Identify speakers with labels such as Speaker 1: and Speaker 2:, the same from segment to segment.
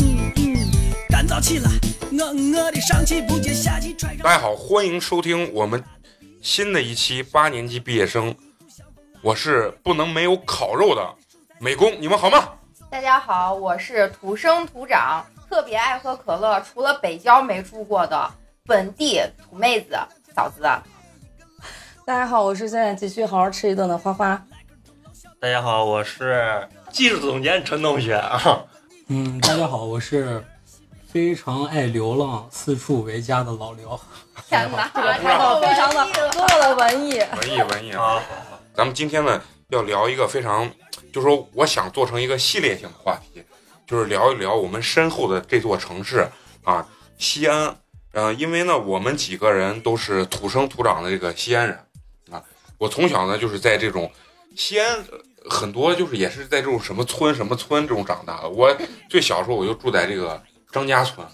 Speaker 1: 嗯干燥起来，我我的呃上气不接下气，穿上
Speaker 2: 大家好，欢迎收听我们新的一期八年级毕业生。我是不能没有烤肉的美工，你们好吗？
Speaker 3: 大家好，我是土生土长，特别爱喝可乐，除了北郊没住过的本地土妹子嫂子。
Speaker 4: 大家好，我是现在急需好好吃一顿的花花。
Speaker 5: 大家好，我是技术总监陈同学啊。
Speaker 6: 嗯，大家好，我是非常爱流浪、四处为家的老刘。
Speaker 3: 天
Speaker 5: 哎
Speaker 3: 哪，
Speaker 4: 然后非常的多了文艺，
Speaker 2: 文艺文艺啊！咱们今天呢要聊一个非常，就说我想做成一个系列性的话题，就是聊一聊我们身后的这座城市啊，西安。嗯、因为呢，我们几个人都是土生土长的这个西安人啊。我从小呢就是在这种西安呃很多就是也是在这种什么村什么村这种长大的。我最小时候我就住在这个张家村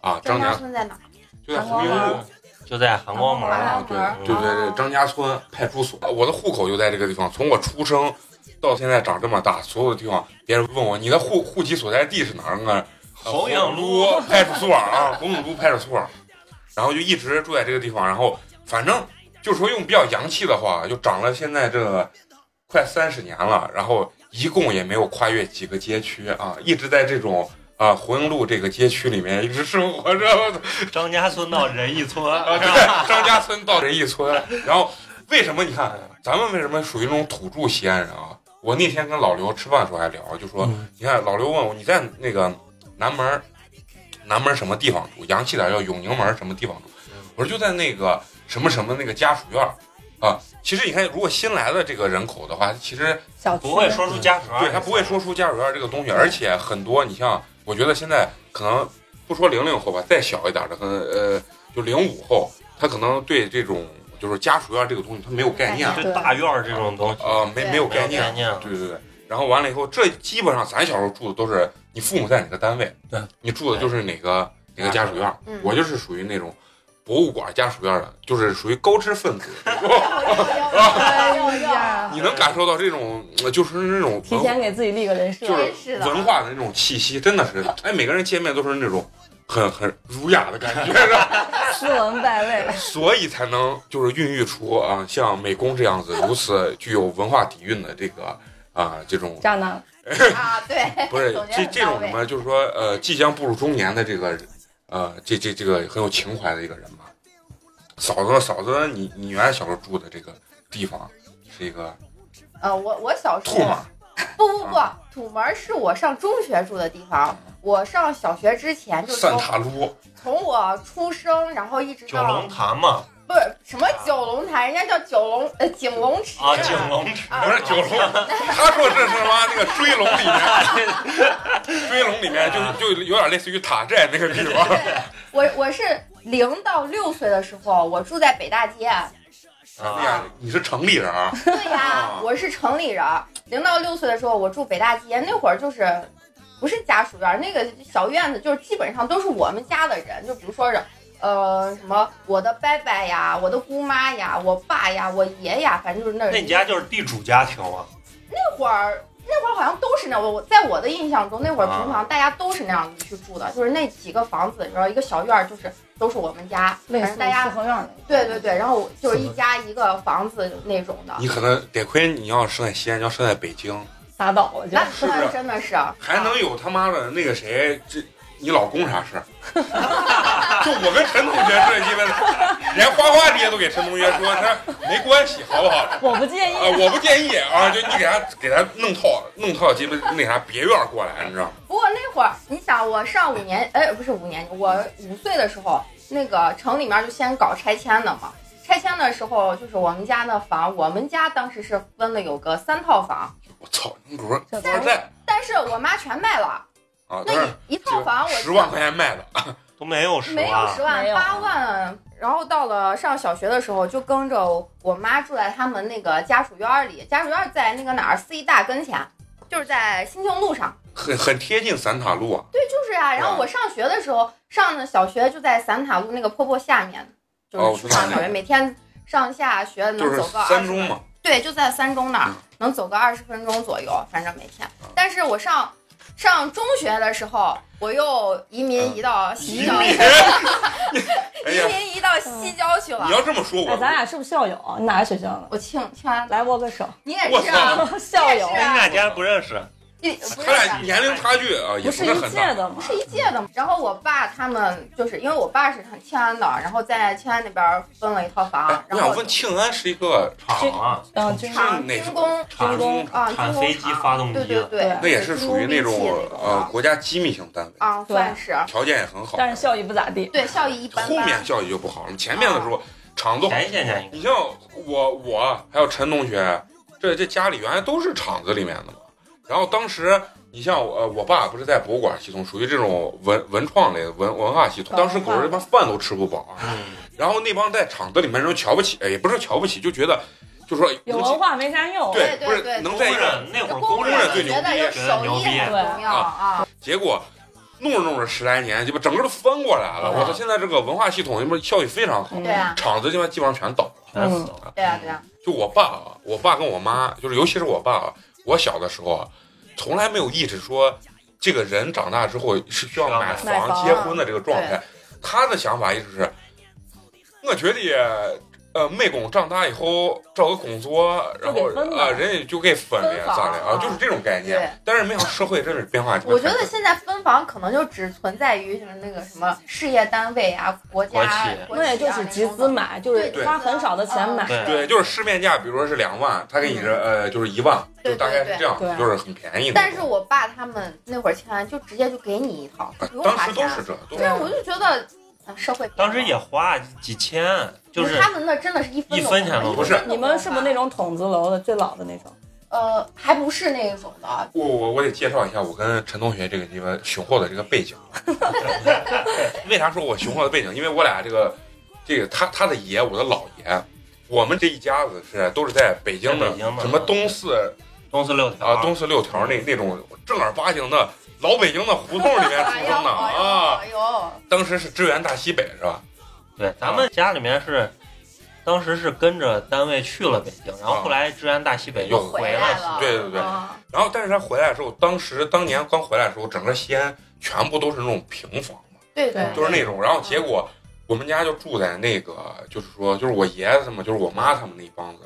Speaker 2: 啊，张
Speaker 3: 张家
Speaker 2: 家
Speaker 3: 村在哪？
Speaker 2: 就在红缨
Speaker 4: 张家
Speaker 2: 路
Speaker 4: 村。
Speaker 5: 就在韩国嗯门
Speaker 3: 韩
Speaker 5: 儿哦
Speaker 2: 啊，
Speaker 3: 国
Speaker 2: 对
Speaker 3: 门
Speaker 2: 对对对，张家村派出所，我的户口就在这个地方。从我出生到现在长这么大，所有的地方，别人问我你的户户籍所在地是哪儿啊？呃
Speaker 5: 红影路
Speaker 2: 红影派出所啊， 红影路派出所。然后就一直住在这个地方，然后反正就说用比较洋气的话，就长了现在这快三十年了，然后一共也没有跨越几个街区啊，一直在这种啊红影路这个街区里面一直生活着。我操
Speaker 5: 张家村到仁义村，
Speaker 2: 啊，对， 张家村到仁义村。然后为什么你看咱们为什么属于那种土著西安人啊？我那天跟老刘吃饭的时候还聊，就说
Speaker 6: 嗯，
Speaker 2: 你看老刘问我你在那个南门儿，南门儿什么地方住？洋气点儿叫永宁门儿什么地方住？我说就在那个什么什么那个家属院儿啊。其实你看，如果新来的这个人口的话，其实
Speaker 4: 小区
Speaker 5: 不会说出家常，
Speaker 2: 对他不会说出家属院这个东西，而且很多，你像我觉得现在可能不说零零后吧，再小一点的，可能呃就零五后，他可能对这种就是家属院这个东西他没有概念，
Speaker 3: 对
Speaker 5: 对大院儿这种东西
Speaker 2: 呃没
Speaker 3: 对
Speaker 2: 没有
Speaker 5: 没有
Speaker 2: 概
Speaker 5: 概
Speaker 2: 念，
Speaker 5: 念。
Speaker 2: 对对对。然后完了以后，这基本上咱小时候住的都是你父母在哪个单位，
Speaker 6: 对
Speaker 2: 你住的就是哪个哪个家属院。
Speaker 3: 嗯，
Speaker 2: 我就是属于那种博物馆家属院的，就是属于高知分子。
Speaker 4: 哎呀，
Speaker 2: 你能感受到这种，呃就是那种
Speaker 4: 提
Speaker 2: 文化
Speaker 4: 前给自己立个人设，
Speaker 2: 就是
Speaker 3: 真是的
Speaker 2: 文化的那种气息，真的 是，哎，每个人见面都是那种很很儒雅的感觉， 是吧？
Speaker 4: 斯文败类。
Speaker 2: 所以才能就是孕育出啊，像美工这样子如此具有文化底蕴的这个啊、这种
Speaker 4: 渣男，
Speaker 3: 啊，对，
Speaker 2: 不是
Speaker 3: 总结
Speaker 2: 这
Speaker 3: 很
Speaker 2: 这种
Speaker 3: 到位
Speaker 2: 什么，就是说呃，即将步入中年的这个呃，这这这个很有情怀的一个人吧。嫂子，嫂子，你你原来小时候住的这个地方是一个
Speaker 3: 呃，我我小时
Speaker 2: 兔
Speaker 3: 候
Speaker 2: 马，
Speaker 3: 不不不，土门是我上中学住的地方。我上小学之前就
Speaker 2: 三
Speaker 3: 从
Speaker 2: 塔撸，
Speaker 3: 从我出生，然后一直
Speaker 5: 九
Speaker 3: 到
Speaker 5: 龙潭嘛，
Speaker 3: 不是什么九龙潭，人家叫九龙呃景龙池
Speaker 5: 啊，景龙 池，
Speaker 2: 不是九龙，他说这是什么那个追龙里面，追龙里面就就有点类似于塔寨那个地方。
Speaker 3: 我我是零到六岁的时候，我住在北大 街。
Speaker 2: 哎
Speaker 5: 啊
Speaker 2: 呀， 你是城里人啊？
Speaker 3: 对呀，我是城里人。零到六岁的时候，我住北大街，那会儿就是不是家属院，那个小院子就是基本上都是我们家的人，就比如说是。呃，什么我的伯伯呀，我的姑妈呀，我爸呀，我爷呀，反正就是那
Speaker 5: 那你家就是地主家庭嘛，
Speaker 3: 那会儿那会儿好像都是那我我在我的印象中，那会儿
Speaker 5: 啊
Speaker 3: 平常大家都是那样子去住的，就是那几个房子，然后一个小院儿，就是都是我们家，反
Speaker 4: 类
Speaker 3: 正
Speaker 4: 似
Speaker 3: 大
Speaker 4: 于四
Speaker 3: 家
Speaker 4: 合院儿
Speaker 3: 对对对，然后就是一家一个房子那种的，
Speaker 2: 你可能得亏你要生在西安，你要生在北京，
Speaker 4: 打倒了就
Speaker 3: 那。
Speaker 2: 是
Speaker 3: 真的真的是啊
Speaker 2: 还能有他妈的那个谁，这你老公啥事 儿？就我跟陈同学是因为，连花花这些都给陈同学说，他没关系，好不好？
Speaker 4: 我不介
Speaker 2: 啊，我不建议啊，就你给他给他弄套弄套鸡巴那啥别院儿过来，你知道吗？
Speaker 3: 不过那会儿，你想我上五年，哎，不是五年级，我五岁的时候，那个城里面就先搞拆迁的嘛。拆迁的时候，就是我们家那房，我们家当时是分了有个三套房，
Speaker 2: 我操，你给我说
Speaker 4: 这
Speaker 2: 二代
Speaker 3: 但是我妈全卖了，
Speaker 2: 啊，
Speaker 3: 那一一套房我
Speaker 2: 十万块钱卖的，
Speaker 5: 都没有啊十
Speaker 3: 没有
Speaker 5: 万
Speaker 3: 十，万
Speaker 4: 没，有
Speaker 3: 八万。然后到了上小学的时候，就跟着我妈住在他们那个家属院儿里，家属院儿在那个哪儿四医大跟前，就是在新庆路上。
Speaker 2: 很很贴近散塔路啊。
Speaker 3: 对，就是啊。然后
Speaker 2: 嗯
Speaker 3: 我上学的时候，上的小学就在散塔路那个坡坡下面，
Speaker 2: 哦我
Speaker 3: 就
Speaker 2: 知
Speaker 3: 是
Speaker 2: 道
Speaker 3: 上
Speaker 2: 那
Speaker 3: 小学
Speaker 2: 个
Speaker 3: 每天上下学
Speaker 2: 就
Speaker 3: 能
Speaker 2: 是
Speaker 3: 走个
Speaker 2: 三
Speaker 3: 20
Speaker 2: 中嘛，
Speaker 3: 对，就在三中那儿
Speaker 2: 嗯，
Speaker 3: 能走个二十分钟左右，反正每天。但是我上上中学的时候，我又移民
Speaker 2: 嗯
Speaker 3: 移到
Speaker 2: 移
Speaker 3: 西
Speaker 2: 民
Speaker 3: 郊，。
Speaker 2: 哎
Speaker 3: 移
Speaker 2: 呀，
Speaker 3: 民移到西郊去
Speaker 2: 你
Speaker 3: 了。
Speaker 2: 要这么说我
Speaker 4: 哎，，咱俩是不是校友？你哪个学校的？
Speaker 3: 我庆庆安，
Speaker 4: 来握个手。
Speaker 3: 你也是啊，
Speaker 4: 校友
Speaker 3: 你也是
Speaker 5: 咱
Speaker 3: 啊
Speaker 5: 俩家不认识，
Speaker 3: 你不是
Speaker 2: 他俩
Speaker 3: 啊
Speaker 2: 年龄差距啊也
Speaker 4: 不是
Speaker 2: 是
Speaker 4: 一
Speaker 2: 很
Speaker 4: 届
Speaker 2: 大。
Speaker 4: 的吗？
Speaker 3: 是一届的嘛。然后我爸他们就是因为我爸是很庆安的，然后在庆安那边分了一套
Speaker 2: 哎
Speaker 3: 房，，
Speaker 2: 我
Speaker 3: 啊然
Speaker 2: 想
Speaker 3: 后
Speaker 2: 问庆安是一个
Speaker 5: 厂啊，
Speaker 4: 嗯，军
Speaker 2: 厂是
Speaker 4: 工
Speaker 2: 哪
Speaker 3: 军工
Speaker 5: 厂
Speaker 2: 军工
Speaker 3: 啊，
Speaker 5: 产
Speaker 3: 军工
Speaker 5: 飞机
Speaker 3: 厂
Speaker 5: 发动机
Speaker 3: 对对对
Speaker 4: 对，
Speaker 2: 那也是属于那种
Speaker 3: 军工兵器那种
Speaker 2: 呃国家机密性单位，
Speaker 3: 啊，
Speaker 4: 对
Speaker 3: 算是
Speaker 2: 条件也很好。
Speaker 4: 但是效益不咋地。
Speaker 3: 对效益一般
Speaker 2: 后面
Speaker 3: 般。
Speaker 2: 教育就不好了，前面的时候厂子都好。
Speaker 5: 前些年应该
Speaker 2: 你像我我还有陈同学，这这家里原来都是厂子里面的嘛。然后当时你像我呃我爸不是在博物馆系统，属于这种文文创类的文文化系统，当时狗日他妈饭都吃不饱啊。
Speaker 5: 嗯，
Speaker 2: 然后那帮在厂子里面人瞧不起，哎也不是瞧不起，就觉得就说哎
Speaker 4: 有
Speaker 2: 能
Speaker 4: 文化没啥用。
Speaker 2: 对，
Speaker 3: 对
Speaker 2: 不是
Speaker 3: 对
Speaker 2: 能
Speaker 5: 工
Speaker 2: 在一个
Speaker 5: 人那会儿
Speaker 3: 工
Speaker 2: 人
Speaker 5: 人
Speaker 2: 最牛
Speaker 3: 觉得
Speaker 2: 逼
Speaker 3: 有
Speaker 5: 觉得
Speaker 3: 手
Speaker 5: 牛
Speaker 3: 艺
Speaker 5: 逼，
Speaker 3: 很重要啊，
Speaker 2: 结果弄着弄着十来年，鸡巴整个都翻过来了。
Speaker 5: 嗯
Speaker 4: 对
Speaker 2: 我操，现在这个文化系统他妈效益非常好，
Speaker 4: 嗯
Speaker 3: 对啊，
Speaker 2: 厂子他妈基本上全倒了。
Speaker 5: 烦死了。
Speaker 3: 对啊，对啊，
Speaker 2: 就我爸啊，我爸跟我妈，就是尤其是我爸啊，我小的时候啊，从来没有意识说这个人长大之后是需要买
Speaker 4: 买
Speaker 2: 房、
Speaker 4: 房
Speaker 2: 结婚的这个状态。他的想法一直是，我觉得呃，妹工长大以后找个工作，然后
Speaker 4: 就给分了
Speaker 2: 啊、人家就给分了呀
Speaker 3: 分房
Speaker 2: 咋的啊，
Speaker 3: 啊
Speaker 2: 就是这种概
Speaker 3: 对
Speaker 2: 念。但是没想到社会真是变化，
Speaker 3: 我觉得现在分房可能就只存在于就是那个什么事业单位啊、国家
Speaker 5: 国企、
Speaker 3: 国企啊
Speaker 4: 那也就是集
Speaker 3: 那
Speaker 4: 资
Speaker 3: 种的
Speaker 4: 买，就是
Speaker 2: 对嗯
Speaker 4: 花很少的钱买。
Speaker 5: 对
Speaker 2: 对，就是市面价，比如说是两万，他给你这呃就是一万，就
Speaker 3: 嗯对
Speaker 2: 大概是这样，
Speaker 4: 对对对
Speaker 2: 就是很便宜的。
Speaker 3: 但是我爸他们那会儿签完就直接就给你一套，就
Speaker 2: 啊
Speaker 3: 不用
Speaker 2: 当
Speaker 3: 花
Speaker 2: 时都是
Speaker 3: 钱。
Speaker 2: 这，都
Speaker 3: 这我就觉得呃社会
Speaker 5: 当时也花几千，就
Speaker 3: 不
Speaker 5: 是
Speaker 3: 他们那真的是一分
Speaker 5: 一分钱都
Speaker 3: 都
Speaker 5: 不
Speaker 2: 是
Speaker 4: 你们是不是那种筒子楼的最老的那种？
Speaker 3: 呃还不是那种的，
Speaker 2: 我我我得介绍一下我跟陈同学这个这个雄厚的这个背 景。为啥说我雄厚的背景？因为我俩这个这个他他的爷，我的老爷，我们这一家子是都是在北京的
Speaker 5: 在北京的
Speaker 2: 什么东四
Speaker 5: 东四六条
Speaker 2: 啊东四六条那那种正儿八经的老北京的胡同里面出
Speaker 3: 哎呦
Speaker 2: 生的啊。
Speaker 3: 哎呦哎
Speaker 2: 当时是支援大西北是吧？
Speaker 5: 对，咱们家里面是，当时是跟着单位去了北京，然后后来支援大西北
Speaker 2: 又
Speaker 5: 又
Speaker 3: 呦，
Speaker 2: 回
Speaker 5: 回
Speaker 3: 来
Speaker 5: 来
Speaker 3: 了，
Speaker 2: 啊对对对
Speaker 3: 啊
Speaker 2: 然后但是他回来的时候，当时当年刚回来的时候，整个西安全部都是那种平房。
Speaker 3: 对对，
Speaker 2: 就是那种。然后结果我们家就住在那个，就是说，就是我爷爷他们，就是我妈他们那一帮子，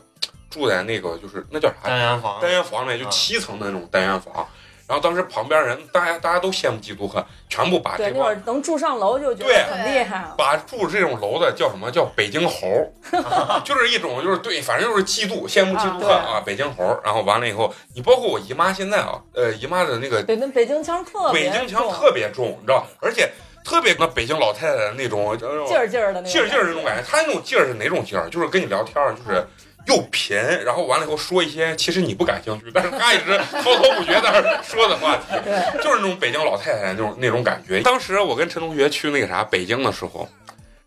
Speaker 2: 住在那个就是那叫啥
Speaker 5: 单元房，
Speaker 2: 单元房里面，就
Speaker 5: 啊
Speaker 2: 七层的那种单元房。然后当时旁边人，大家大家都羡慕嫉妒恨，全部把
Speaker 4: 对，
Speaker 2: 这
Speaker 4: 那会儿
Speaker 2: 帮
Speaker 4: 能住上楼就觉得很厉害啊了。
Speaker 2: 把住这种楼的叫什么叫北京猴儿， 就是一种就是对，反正就是嫉妒、羡慕、嫉妒恨
Speaker 4: 啊
Speaker 2: 啊，北京猴儿。然后完了以后，你包括我姨妈现在啊，呃，姨妈的那个
Speaker 4: 北京北京腔特
Speaker 2: 北
Speaker 4: 别
Speaker 2: 京腔
Speaker 4: 重
Speaker 2: 特别重，你知道，而且特别跟北京老太太的那种
Speaker 4: 劲儿劲儿的那种。
Speaker 2: 劲儿劲儿那种感觉。他那种劲儿是哪种劲儿？就是跟你聊天儿，
Speaker 4: 嗯
Speaker 2: 就是又贫，然后完了以后说一些其实你不感兴趣，但是他一直滔滔不绝在那儿说的话题，
Speaker 4: 对，
Speaker 2: 就是那种北京老太太那种那种感觉。当时我跟陈同学去那个啥北京的时候，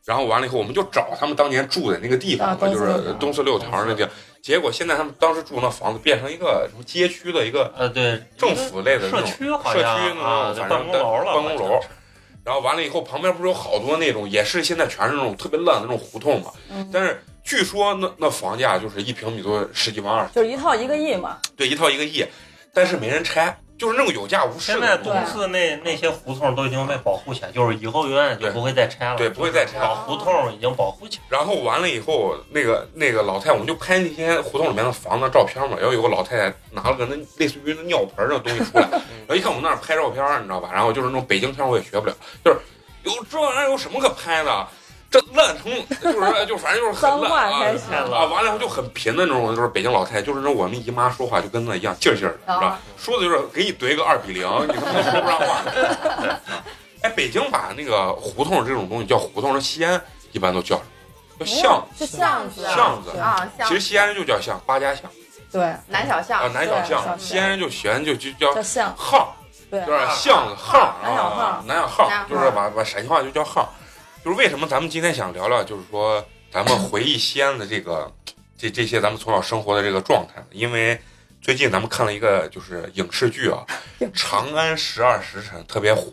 Speaker 2: 然后完了以后我们就找他们当年住的那个地方
Speaker 4: 啊
Speaker 2: 嘛，就
Speaker 4: 东四六
Speaker 2: 是东四六
Speaker 4: 嗯条
Speaker 2: 条那地儿。结果现在他们当时住那房子变成一个什么街区的一个
Speaker 5: 呃对，
Speaker 2: 政府类的那
Speaker 5: 社
Speaker 2: 种
Speaker 5: 区好
Speaker 2: 社
Speaker 5: 像
Speaker 2: 区那
Speaker 5: 啊，
Speaker 2: 种，
Speaker 5: 对
Speaker 2: 反
Speaker 5: 办
Speaker 2: 正
Speaker 5: 公楼了，
Speaker 2: 办公楼。然后完了以后，旁边不是有好多那种，也是现在全是那种特别烂的那种胡同嘛。
Speaker 4: 嗯
Speaker 2: 但是据说那那房价就是一平米都十几万二十，
Speaker 4: 就是一套一个亿嘛。
Speaker 2: 对，一套一个亿，但是没人拆，就是那种有价无市的
Speaker 5: 现
Speaker 2: 那
Speaker 5: 在
Speaker 2: 种。
Speaker 5: 东四
Speaker 3: 啊
Speaker 5: 那那些胡同都已经被保护起来，就是以后永远就不会再拆了。
Speaker 2: 对对不会再拆了
Speaker 5: 老胡同已经保护起来。
Speaker 2: 然后完了以后，那个那个老太太，我们就拍那些胡同里面的房子照片嘛。然后有个老太太拿了个那类似于那尿盆儿的东西出来，然后一看我们那儿拍照片儿，你知道吧？然后就是那种北京腔，我也学不了，就是有这玩意儿有什么可拍的？这烂成就是就反正就是很
Speaker 4: 脏话
Speaker 2: 烂
Speaker 4: 开
Speaker 2: 啊
Speaker 4: 始
Speaker 5: 太烂
Speaker 2: 啊！完了以后就很贫的那种，就是北京老太太，就是那我们姨妈说话就跟那一样劲儿劲儿的，你知道吧？说的就是给你怼个二 比零，你他妈说不上话。哎，北京把那个胡同这种东西叫胡同，那西安一般都叫什么？叫巷。
Speaker 4: 是巷子，
Speaker 2: 哦巷子
Speaker 4: 对
Speaker 3: 啊，
Speaker 2: 其
Speaker 3: 像
Speaker 2: 实西安人就叫巷，八家巷
Speaker 4: 对，
Speaker 3: 南小
Speaker 2: 啊，
Speaker 3: 巷，
Speaker 2: 南小
Speaker 4: 对小巷
Speaker 2: 巷，西安人就喜欢就就叫
Speaker 4: 叫巷，
Speaker 2: 号，
Speaker 4: 对
Speaker 2: 就是巷子号
Speaker 4: 南小
Speaker 2: 啊，
Speaker 4: 巷
Speaker 2: 南小号
Speaker 3: 南小，号
Speaker 2: 就是把把陕西话就叫号。就是为什么咱们今天想聊聊，就是说咱们回忆西安的这个这这些咱们从小生活的这个状态，因为最近咱们看了一个就是影视剧啊，《长安十二时辰》特别火，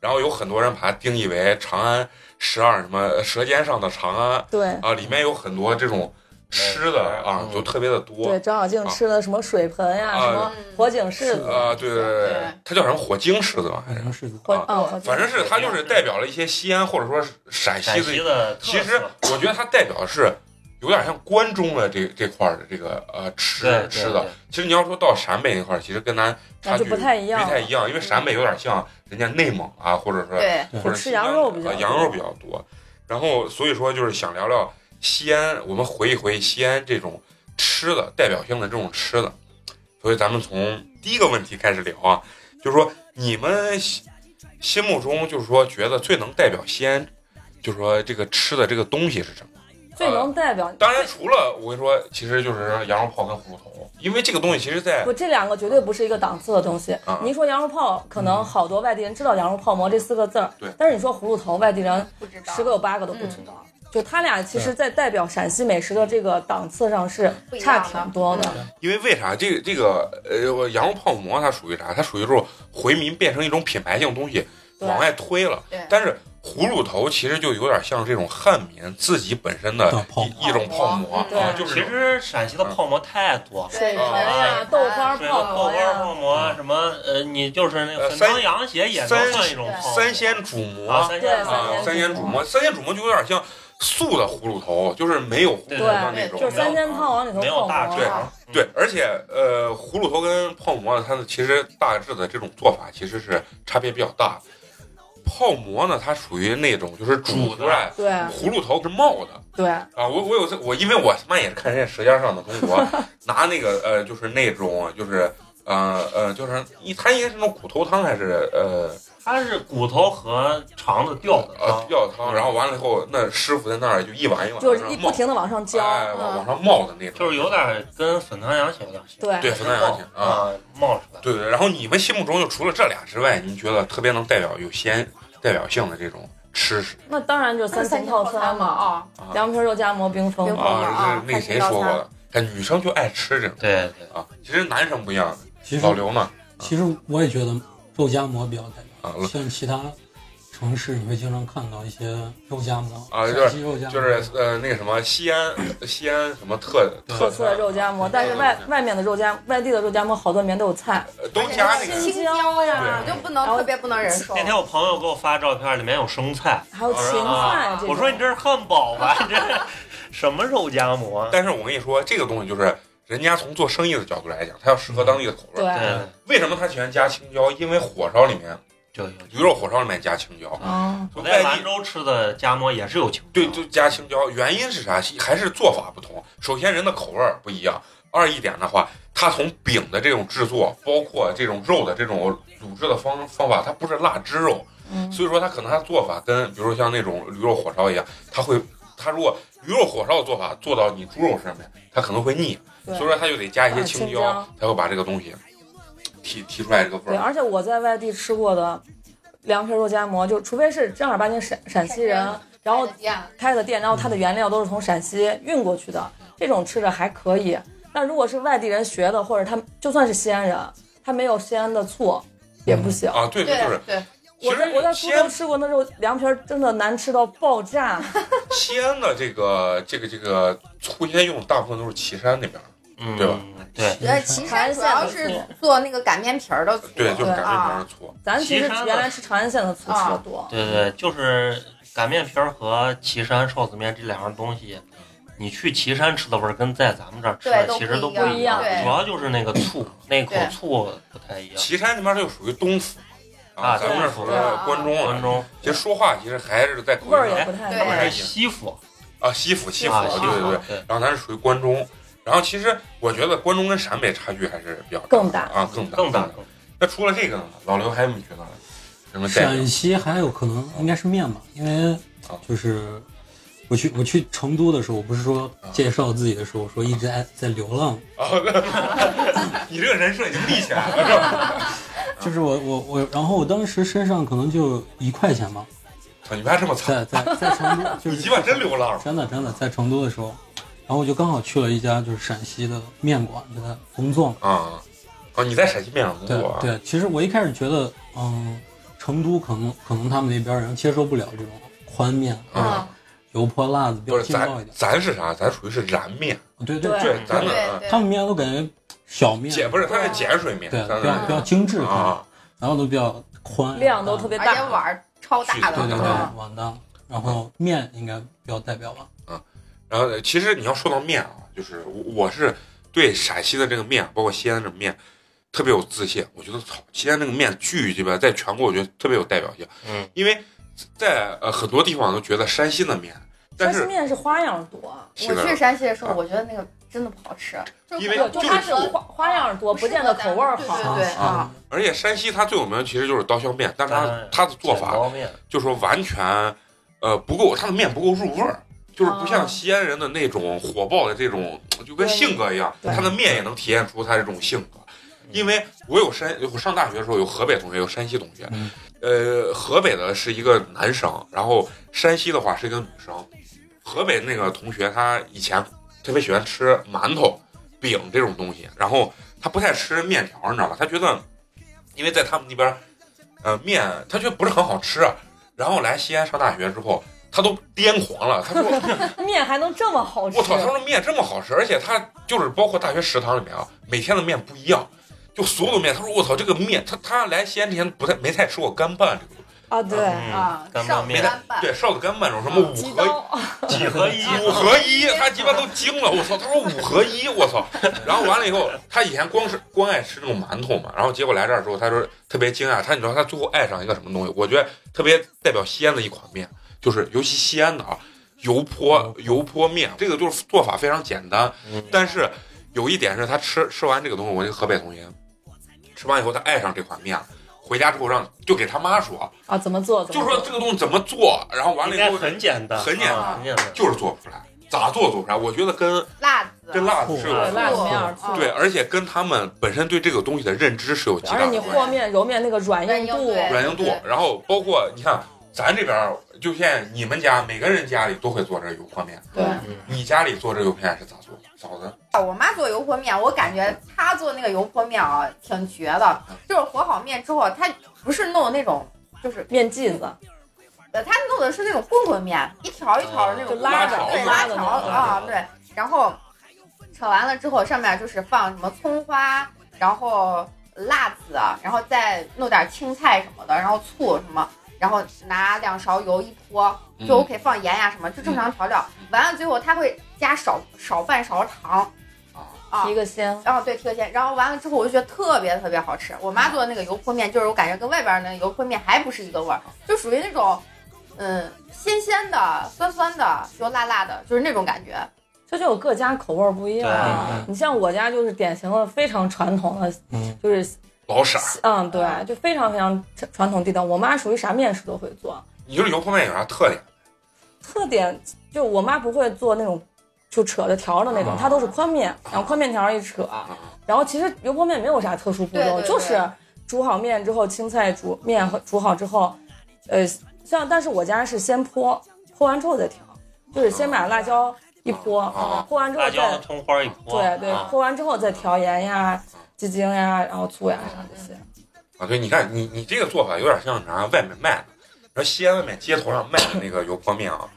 Speaker 2: 然后有很多人把它定义为《长安十二》什么《呃舌尖上的长安》
Speaker 4: 对
Speaker 2: 啊，里面有很多这种吃的啊
Speaker 5: 嗯，
Speaker 2: 就特别的多。
Speaker 4: 对，张小静吃的什么水盆呀，
Speaker 2: 啊
Speaker 4: 什
Speaker 3: 嗯
Speaker 4: 么火警柿子，
Speaker 2: 啊，对对对
Speaker 3: 对，
Speaker 2: 它叫什么火晶狮子吧，还
Speaker 6: 反
Speaker 2: 是
Speaker 6: 正是的。
Speaker 4: 火
Speaker 2: 啊
Speaker 4: 嗯，火警
Speaker 2: 反正是它就是代表了一些西安或者说是陕西
Speaker 5: 陕
Speaker 2: 的
Speaker 5: 西。的特
Speaker 2: 其
Speaker 5: 色，
Speaker 2: 实我觉得它代表的是有点像关中的这这块儿的这个呃吃
Speaker 5: 对
Speaker 2: 吃的。，其实你要说到陕北那块儿，其实跟咱差
Speaker 4: 那
Speaker 2: 距
Speaker 4: 就不太一样嗯
Speaker 2: 不太一样，因为陕北有点像人家内蒙啊，或者说
Speaker 3: 对，
Speaker 2: 或者
Speaker 4: 吃
Speaker 2: 西安
Speaker 4: 羊肉比较
Speaker 2: 呃
Speaker 4: 多
Speaker 2: 羊肉比较多。然后所以说就是想聊聊西安，我们回忆回忆西安这种吃的代表性的这种吃的。所以咱们从第一个问题开始聊啊，就是说你们心心目中就是说觉得最能代表西安，就是说这个吃的这个东西是什么？
Speaker 4: 最
Speaker 2: 呃
Speaker 4: 能代表。
Speaker 2: 当然除了我跟你说，其实就是羊肉泡跟葫芦头，因为这个东西其实在
Speaker 4: 不，这两个绝对不是一个档次的东西
Speaker 2: 啊。嗯
Speaker 4: 你一说羊肉泡，可能好多外地人知道羊肉泡馍这四个字儿
Speaker 2: 对，
Speaker 4: 但是你说葫芦头，外地人
Speaker 3: 不知道
Speaker 4: 十个有八个都不
Speaker 3: 嗯
Speaker 4: 知道。就他俩其实，在代表陕西美食的这个档次上是
Speaker 3: 不一
Speaker 4: 差
Speaker 3: 样的嗯
Speaker 4: 挺多
Speaker 5: 嗯
Speaker 4: 的。
Speaker 2: 因为为啥这个这个呃羊肉泡馍它属于啥？它属于这种回民变成一种品牌性东西
Speaker 4: 对
Speaker 2: 往外推了
Speaker 3: 对。
Speaker 2: 但是葫芦头其实就有点像这种汉民自己本身的
Speaker 6: 的泡馍
Speaker 2: 一一种泡馍
Speaker 3: 嗯
Speaker 2: 啊，
Speaker 4: 对
Speaker 2: 就是
Speaker 5: 其实陕西的泡馍太多了。
Speaker 3: 对哎
Speaker 4: 水盆
Speaker 5: 啊
Speaker 4: 呀、豆花
Speaker 5: 什么
Speaker 4: 泡
Speaker 5: 泡
Speaker 4: 馍
Speaker 5: 馍、
Speaker 4: 呀，
Speaker 5: 泡馍什么，呃，你就是那
Speaker 2: 嗯呃
Speaker 5: 个粉
Speaker 2: 三
Speaker 5: 汤羊血也能算一种泡馍。
Speaker 2: 三鲜煮馍
Speaker 5: 啊，
Speaker 2: 啊，
Speaker 5: 三
Speaker 4: 对
Speaker 5: 鲜
Speaker 4: 三鲜
Speaker 2: 三鲜
Speaker 4: 煮馍
Speaker 5: 啊
Speaker 2: 煮馍，三鲜煮馍就有点像素的葫芦头，就是没有葫芦头的那
Speaker 4: 对，
Speaker 2: 种。
Speaker 4: 就是三鲜汤往里头
Speaker 5: 没有
Speaker 4: 泡
Speaker 5: 大
Speaker 4: 馍
Speaker 5: 肠
Speaker 2: 对
Speaker 4: 呀。，
Speaker 5: 嗯
Speaker 2: 对，而且呃，葫芦头跟泡馍呢，它的其实大致的这种做法其实是差别比较大的。泡馍呢，它属于那种就是煮出来，
Speaker 4: 嗯对
Speaker 5: 嗯
Speaker 2: 葫芦头是冒的
Speaker 4: 对，
Speaker 2: 啊。我我有次我，因为我他妈也是看人家《舌尖上的中国》，拿那个呃，就是那种就是呃呃，就是一它应该是那种骨头汤还是呃
Speaker 5: 它是骨头和肠子掉的啊
Speaker 2: 呃
Speaker 5: 汤，
Speaker 2: 药汤，然后完了以后，那师傅在那儿就一碗一碗
Speaker 4: 就
Speaker 2: 往
Speaker 4: 是一
Speaker 2: 上
Speaker 4: 不
Speaker 2: 冒，
Speaker 4: 停的往上浇。
Speaker 2: 哎，往
Speaker 4: 嗯
Speaker 2: 往上冒的那种，
Speaker 5: 就是有点跟粉汤羊血有点像。
Speaker 4: 对
Speaker 2: 对粉汤羊血啊
Speaker 5: 啊，冒出来。
Speaker 2: 对对，然后你们心目中就除了这俩之外，你觉得特别能代表有先代表性的这种吃食
Speaker 4: 那当然就是三层套
Speaker 3: 嘛，
Speaker 4: 餐嘛，
Speaker 3: 啊，
Speaker 2: 啊
Speaker 4: 凉皮儿肉夹馍、冰
Speaker 3: 冰
Speaker 4: 峰
Speaker 3: 峰。啊
Speaker 2: 啊？那那个
Speaker 3: 还是
Speaker 2: 谁
Speaker 3: 套
Speaker 2: 说过
Speaker 3: 餐
Speaker 2: 的？哎，女生就爱吃这种
Speaker 5: 对对，
Speaker 2: 啊，其实男生不一样。
Speaker 6: 其实
Speaker 2: 老刘呢？
Speaker 6: 其实我也觉得肉夹馍比较代
Speaker 2: 啊
Speaker 6: 表，像其他城市你会经常看到一些肉夹馍
Speaker 2: 啊就是
Speaker 6: 陕西肉夹馍
Speaker 2: 就是呃那个什么西安西安什么特
Speaker 6: 对
Speaker 2: 特
Speaker 4: 特色肉夹馍，但是外外面的肉夹外地的肉夹馍好多里面都有菜，
Speaker 2: 呃都加那
Speaker 4: 而且
Speaker 2: 个
Speaker 4: 是
Speaker 3: 青椒呀，
Speaker 2: 对
Speaker 3: 啊就不能特别不能忍受
Speaker 5: 那。天我朋友给我发照片，里面有生菜。
Speaker 4: 还哦有芹菜
Speaker 5: 啊
Speaker 4: 这种。
Speaker 5: 我说你这是汉堡吧？你这什么肉夹馍？啊
Speaker 2: 但是我跟你说，这个东西就是人家从做生意的角度来讲，它要适合当地的口味儿。
Speaker 4: 对
Speaker 5: 对，
Speaker 2: 为什么他喜欢加青椒？因为火烧里面
Speaker 5: 就有。
Speaker 2: 驴肉火烧里面加青椒，
Speaker 4: 啊，
Speaker 5: 我在
Speaker 2: 外
Speaker 5: 兰
Speaker 2: 地
Speaker 5: 州吃的夹馍也是有青椒，
Speaker 2: 对就加青椒。原因是啥？还是做法不同。首先人的口味儿不一样，二一点的话，它从饼的这种制作，包括这种肉的这种卤制的方方法，它不是腊汁肉，
Speaker 4: 嗯，
Speaker 2: 所以说它可能它做法跟比如说像那种驴肉火烧一样，它会它如果驴肉火烧的做法做到你猪肉上面，它可能会腻，
Speaker 4: 对
Speaker 2: 所以说它就得加一些
Speaker 4: 啊
Speaker 2: 青
Speaker 4: 青
Speaker 2: 椒，
Speaker 4: 椒
Speaker 2: 才会把这个东西提提出来这个味
Speaker 4: 对，
Speaker 2: 儿。
Speaker 4: 而且我在外地吃过的凉皮儿肉夹馍，就除非是正儿八经陕陕西人，
Speaker 2: 嗯
Speaker 4: 然后
Speaker 3: 再见
Speaker 4: 开的店，然后它的原料都是从陕西运过去的，这种吃着还可以。但如果是外地人学的，或者他就算是西安人，他没有西安的醋也不行。
Speaker 2: 啊，对对，就是
Speaker 3: 对对，
Speaker 2: 其
Speaker 4: 我
Speaker 2: 实
Speaker 4: 在我在苏
Speaker 2: 西
Speaker 4: 州
Speaker 2: 安
Speaker 4: 吃过那肉凉皮儿，真的难吃到爆炸。
Speaker 2: 西安的这个这个这个醋鲜用的大部分都是岐山那边儿
Speaker 5: 嗯，
Speaker 2: 对吧？
Speaker 5: 对，
Speaker 3: 呃，岐山主要是做那个擀面皮儿的醋，
Speaker 2: 对，就是擀面皮儿
Speaker 3: 啊，
Speaker 2: 的醋，
Speaker 4: 咱其实
Speaker 5: 岐山的
Speaker 4: 原来吃长安县的醋
Speaker 2: 啊
Speaker 4: 吃的多，
Speaker 5: 对对，就是擀面皮儿和岐山臊子面这两样东西，你去岐山吃的味儿跟在咱们这儿吃
Speaker 3: 对
Speaker 5: 的
Speaker 3: 都
Speaker 5: 其实都
Speaker 3: 不
Speaker 4: 一
Speaker 5: 一
Speaker 4: 样
Speaker 3: 对
Speaker 5: 主要就是那个醋，那口
Speaker 3: 对
Speaker 5: 醋不太一样。
Speaker 2: 岐山那边儿就属于东府
Speaker 5: 啊
Speaker 2: 咱们这
Speaker 5: 东
Speaker 2: 属于
Speaker 5: 府
Speaker 3: 啊
Speaker 2: 关中
Speaker 5: 关
Speaker 2: 啊。
Speaker 5: 中
Speaker 2: 其实说话其实还是在口音
Speaker 4: 味儿也
Speaker 2: 上
Speaker 4: 不太
Speaker 3: 对
Speaker 5: 他们
Speaker 4: 一
Speaker 5: 是
Speaker 4: 样。
Speaker 5: 西府
Speaker 2: 啊，西府西府，
Speaker 5: 啊，
Speaker 2: 对
Speaker 5: 西
Speaker 2: 对
Speaker 5: 府
Speaker 2: 对。
Speaker 5: 对，
Speaker 2: 然后咱是属于关中，然后其实我觉得关中跟陕北差距还是比较
Speaker 4: 更
Speaker 2: 大
Speaker 4: 大
Speaker 2: 的啊，更大
Speaker 5: 更大
Speaker 2: 大。那除了这个呢，老刘还有没有觉得什么代表
Speaker 6: 陕西还有可能应该是面吧，因为
Speaker 2: 啊
Speaker 6: 就是我去我去成都的时候，我不是说介绍自己的时候说一直在在流浪，
Speaker 2: 啊？ 你这个人设已经立起来了，是吧？
Speaker 6: 就是我我我，然后我当时身上可能就一块钱吧，
Speaker 2: 操，你们还这么惨？
Speaker 6: 在在在 成都，就
Speaker 2: 你
Speaker 6: 是
Speaker 2: 鸡巴真流浪！
Speaker 6: 真的真的在成都的时候，然后我就刚好去了一家就是陕西的面馆给他工作嘛，
Speaker 2: 啊啊！你在陕西面上工
Speaker 6: 对
Speaker 2: 作啊？
Speaker 6: 对，其实我一开始觉得嗯，成都可能可能他们那边人接受不了这种宽面，
Speaker 4: 嗯
Speaker 3: 嗯
Speaker 2: 啊，
Speaker 6: 油泼辣子比
Speaker 2: 不
Speaker 6: 较
Speaker 2: 是
Speaker 6: 劲爆
Speaker 2: 咱
Speaker 6: 一点，
Speaker 2: 咱是啥？咱属于是燃面，
Speaker 6: 对
Speaker 4: 对
Speaker 2: 对，咱
Speaker 3: 对
Speaker 2: 们啊
Speaker 3: 对
Speaker 6: 他们面都感觉小面，
Speaker 2: 碱不是，它是碱水面，
Speaker 6: 对，
Speaker 2: 咱
Speaker 6: 比较
Speaker 2: 们
Speaker 6: 比较精致，
Speaker 2: 啊，
Speaker 6: 然后都比较宽，啊
Speaker 4: 量都特别嗯
Speaker 3: 而且碗儿超大
Speaker 6: 对对
Speaker 2: 是
Speaker 3: 的啊
Speaker 2: 的，
Speaker 6: 对，碗大，然后面应该比较代表吧，
Speaker 2: 然后呃其实你要说到面啊，就是我我是对陕西的这个面，包括西安这个面，特别有自信。我觉得操，西安这个面巨鸡巴，在全国我觉得特别有代表性，
Speaker 5: 嗯，
Speaker 2: 因为在呃很多地方都觉得山西的面，但
Speaker 4: 山西
Speaker 2: 是
Speaker 4: 面是花样多，
Speaker 2: 西
Speaker 3: 我
Speaker 2: 安
Speaker 3: 去山西的时
Speaker 2: 啊
Speaker 3: 候，我觉得那个真的不好吃，就
Speaker 2: 因
Speaker 3: 是
Speaker 2: 为
Speaker 4: 对，
Speaker 3: 我
Speaker 4: 就
Speaker 2: 就是
Speaker 4: 它是
Speaker 2: 醋
Speaker 4: 花花样多，不见得口味儿好。
Speaker 3: 对对啊，
Speaker 2: 而且山西它最有名的其实就是刀削面，但是它
Speaker 5: 当然
Speaker 2: 它的做法
Speaker 5: 卷包面，
Speaker 2: 就说完全呃不够，它的面不够入味儿，就是不像西安人的那种火爆的这种，就跟性格一样，
Speaker 4: 哦对
Speaker 2: 他的面也能体现出他这种性格。
Speaker 5: 嗯
Speaker 2: 因为我有山，我上大学的时候有河北同学，有山西同学
Speaker 6: 嗯，
Speaker 2: 呃，河北的是一个男生，然后山西的话是一个女生。河北那个同学他以前特别喜欢吃馒头、饼这种东西，然后他不太吃面条，你知道吧？他觉得，因为在他们那边，呃，面他觉得不是很好吃，啊然后来西安上大学之后，他都癫狂了。他说：“
Speaker 4: 面还能这么好吃
Speaker 2: 我？操，他说面这么好吃，而且他就是包括大学食堂里面啊，每天的面不一样，就所有的面。他说我操，这个面，他他来西安之前不太没太吃过干拌这个东西，
Speaker 4: 啊，对，
Speaker 5: 嗯
Speaker 3: 啊，
Speaker 5: 干
Speaker 3: 上
Speaker 5: 拌面，
Speaker 3: 干拌，
Speaker 2: 对，臊子干拌这种什么
Speaker 4: 鸡
Speaker 2: 五合
Speaker 4: 刀
Speaker 5: 几合一，
Speaker 2: 五合一，他鸡巴都惊了，我操，他说五合一，我操。然后完了以后，他以前光是光爱吃那种馒头嘛，然后结果来这儿之后，他说特别惊讶，他你知道他最后爱上一个什么东西？我觉得特别代表西安的一款面，就是尤其西安的啊。油泼油泼面，这个就是做法非常简单，
Speaker 5: 嗯
Speaker 2: 但是有一点是他吃吃完这个东西，我那个河北同学吃完以后，他爱上这款面了。回家之后让就给他妈说，
Speaker 4: 啊，怎么做？怎
Speaker 2: 就
Speaker 4: 么
Speaker 2: 说
Speaker 4: 做？
Speaker 2: 这个东西怎么做，然后完了
Speaker 5: 应
Speaker 2: 以
Speaker 5: 该
Speaker 2: 后
Speaker 5: 很简单，
Speaker 2: 很简单
Speaker 5: 啊很简单，
Speaker 2: 就是做不出来，咋做做不出来。我觉得跟
Speaker 3: 辣子，
Speaker 2: 跟辣子是
Speaker 5: 对
Speaker 2: 有
Speaker 4: 啊辣子面儿嗯
Speaker 3: 醋
Speaker 2: 对，而且跟他们本身对这个东西的认知是有极
Speaker 4: 而且
Speaker 2: 大
Speaker 4: 你
Speaker 2: 的
Speaker 3: 会
Speaker 2: 关系，
Speaker 4: 和面、揉面那个软硬度，
Speaker 3: 软
Speaker 2: 软硬度
Speaker 3: 对。
Speaker 2: 然后包括你看咱这边儿，就现在你们家每个人家里都会做这个油泼面，
Speaker 4: 对，
Speaker 5: 嗯
Speaker 2: 你家里做这个油泼面是咋做？嫂子
Speaker 3: 啊，我妈做油泼面，我感觉她做那个油泼面啊，挺绝的。就是和好面之后，她不是弄那种，就是
Speaker 4: 面剂子，
Speaker 3: 呃，她弄的是那种棍棍面，一条一条的那种
Speaker 4: 就拉
Speaker 2: 着
Speaker 3: 对，
Speaker 4: 拉
Speaker 3: 拉
Speaker 4: 着
Speaker 3: 条
Speaker 4: 那种
Speaker 3: 啊，对。然后扯完了之后，上面就是放什么葱花，然后辣子，然后再弄点青菜什么的，然后醋什么，然后拿两勺油一泼，
Speaker 2: 嗯
Speaker 3: 就 OK，放盐呀、什么，就正常调料。完了最后，她会加少少半勺糖。啊
Speaker 4: 提个鲜。
Speaker 3: 然后对，提个鲜，然后完了之后，我就觉得特别特别好吃。我妈做的那个油泼面，就是我感觉跟外边儿的油泼面还不是一个味儿，就属于那种，嗯，鲜鲜的、酸酸的，又辣辣的，就是那种感觉。
Speaker 4: 这就有各家口味儿不一样
Speaker 5: 对
Speaker 4: 啊。你像我家就是典型的非常传统的，
Speaker 6: 嗯，
Speaker 4: 就是
Speaker 2: 老傻，
Speaker 4: 嗯，对，就非常非常传统地道。我妈属于啥面食都会做，
Speaker 2: 你说油泼面有啥特点？
Speaker 4: 特点就我妈不会做那种就扯着条儿的那种
Speaker 2: 啊，
Speaker 4: 她都是宽面，然后宽面条儿一扯，然后其实油泼面没有啥特殊步
Speaker 3: 对
Speaker 4: 骤，
Speaker 3: 对对
Speaker 4: 就是煮好面之后，青菜煮面和煮好之后，呃，像但是我家是先泼，泼完之后再调，就是先把辣椒一泼，
Speaker 2: 啊
Speaker 4: 泼完之后
Speaker 5: 辣椒
Speaker 4: 再
Speaker 5: 和葱花一泼，
Speaker 4: 对对，
Speaker 5: 啊
Speaker 4: 泼完之后再调盐呀、鸡精呀，然后醋呀啥这些。
Speaker 2: 啊，对，你看你你这个做法有点像啥外面卖的，然后西安外面街头上卖的那个油泼面啊，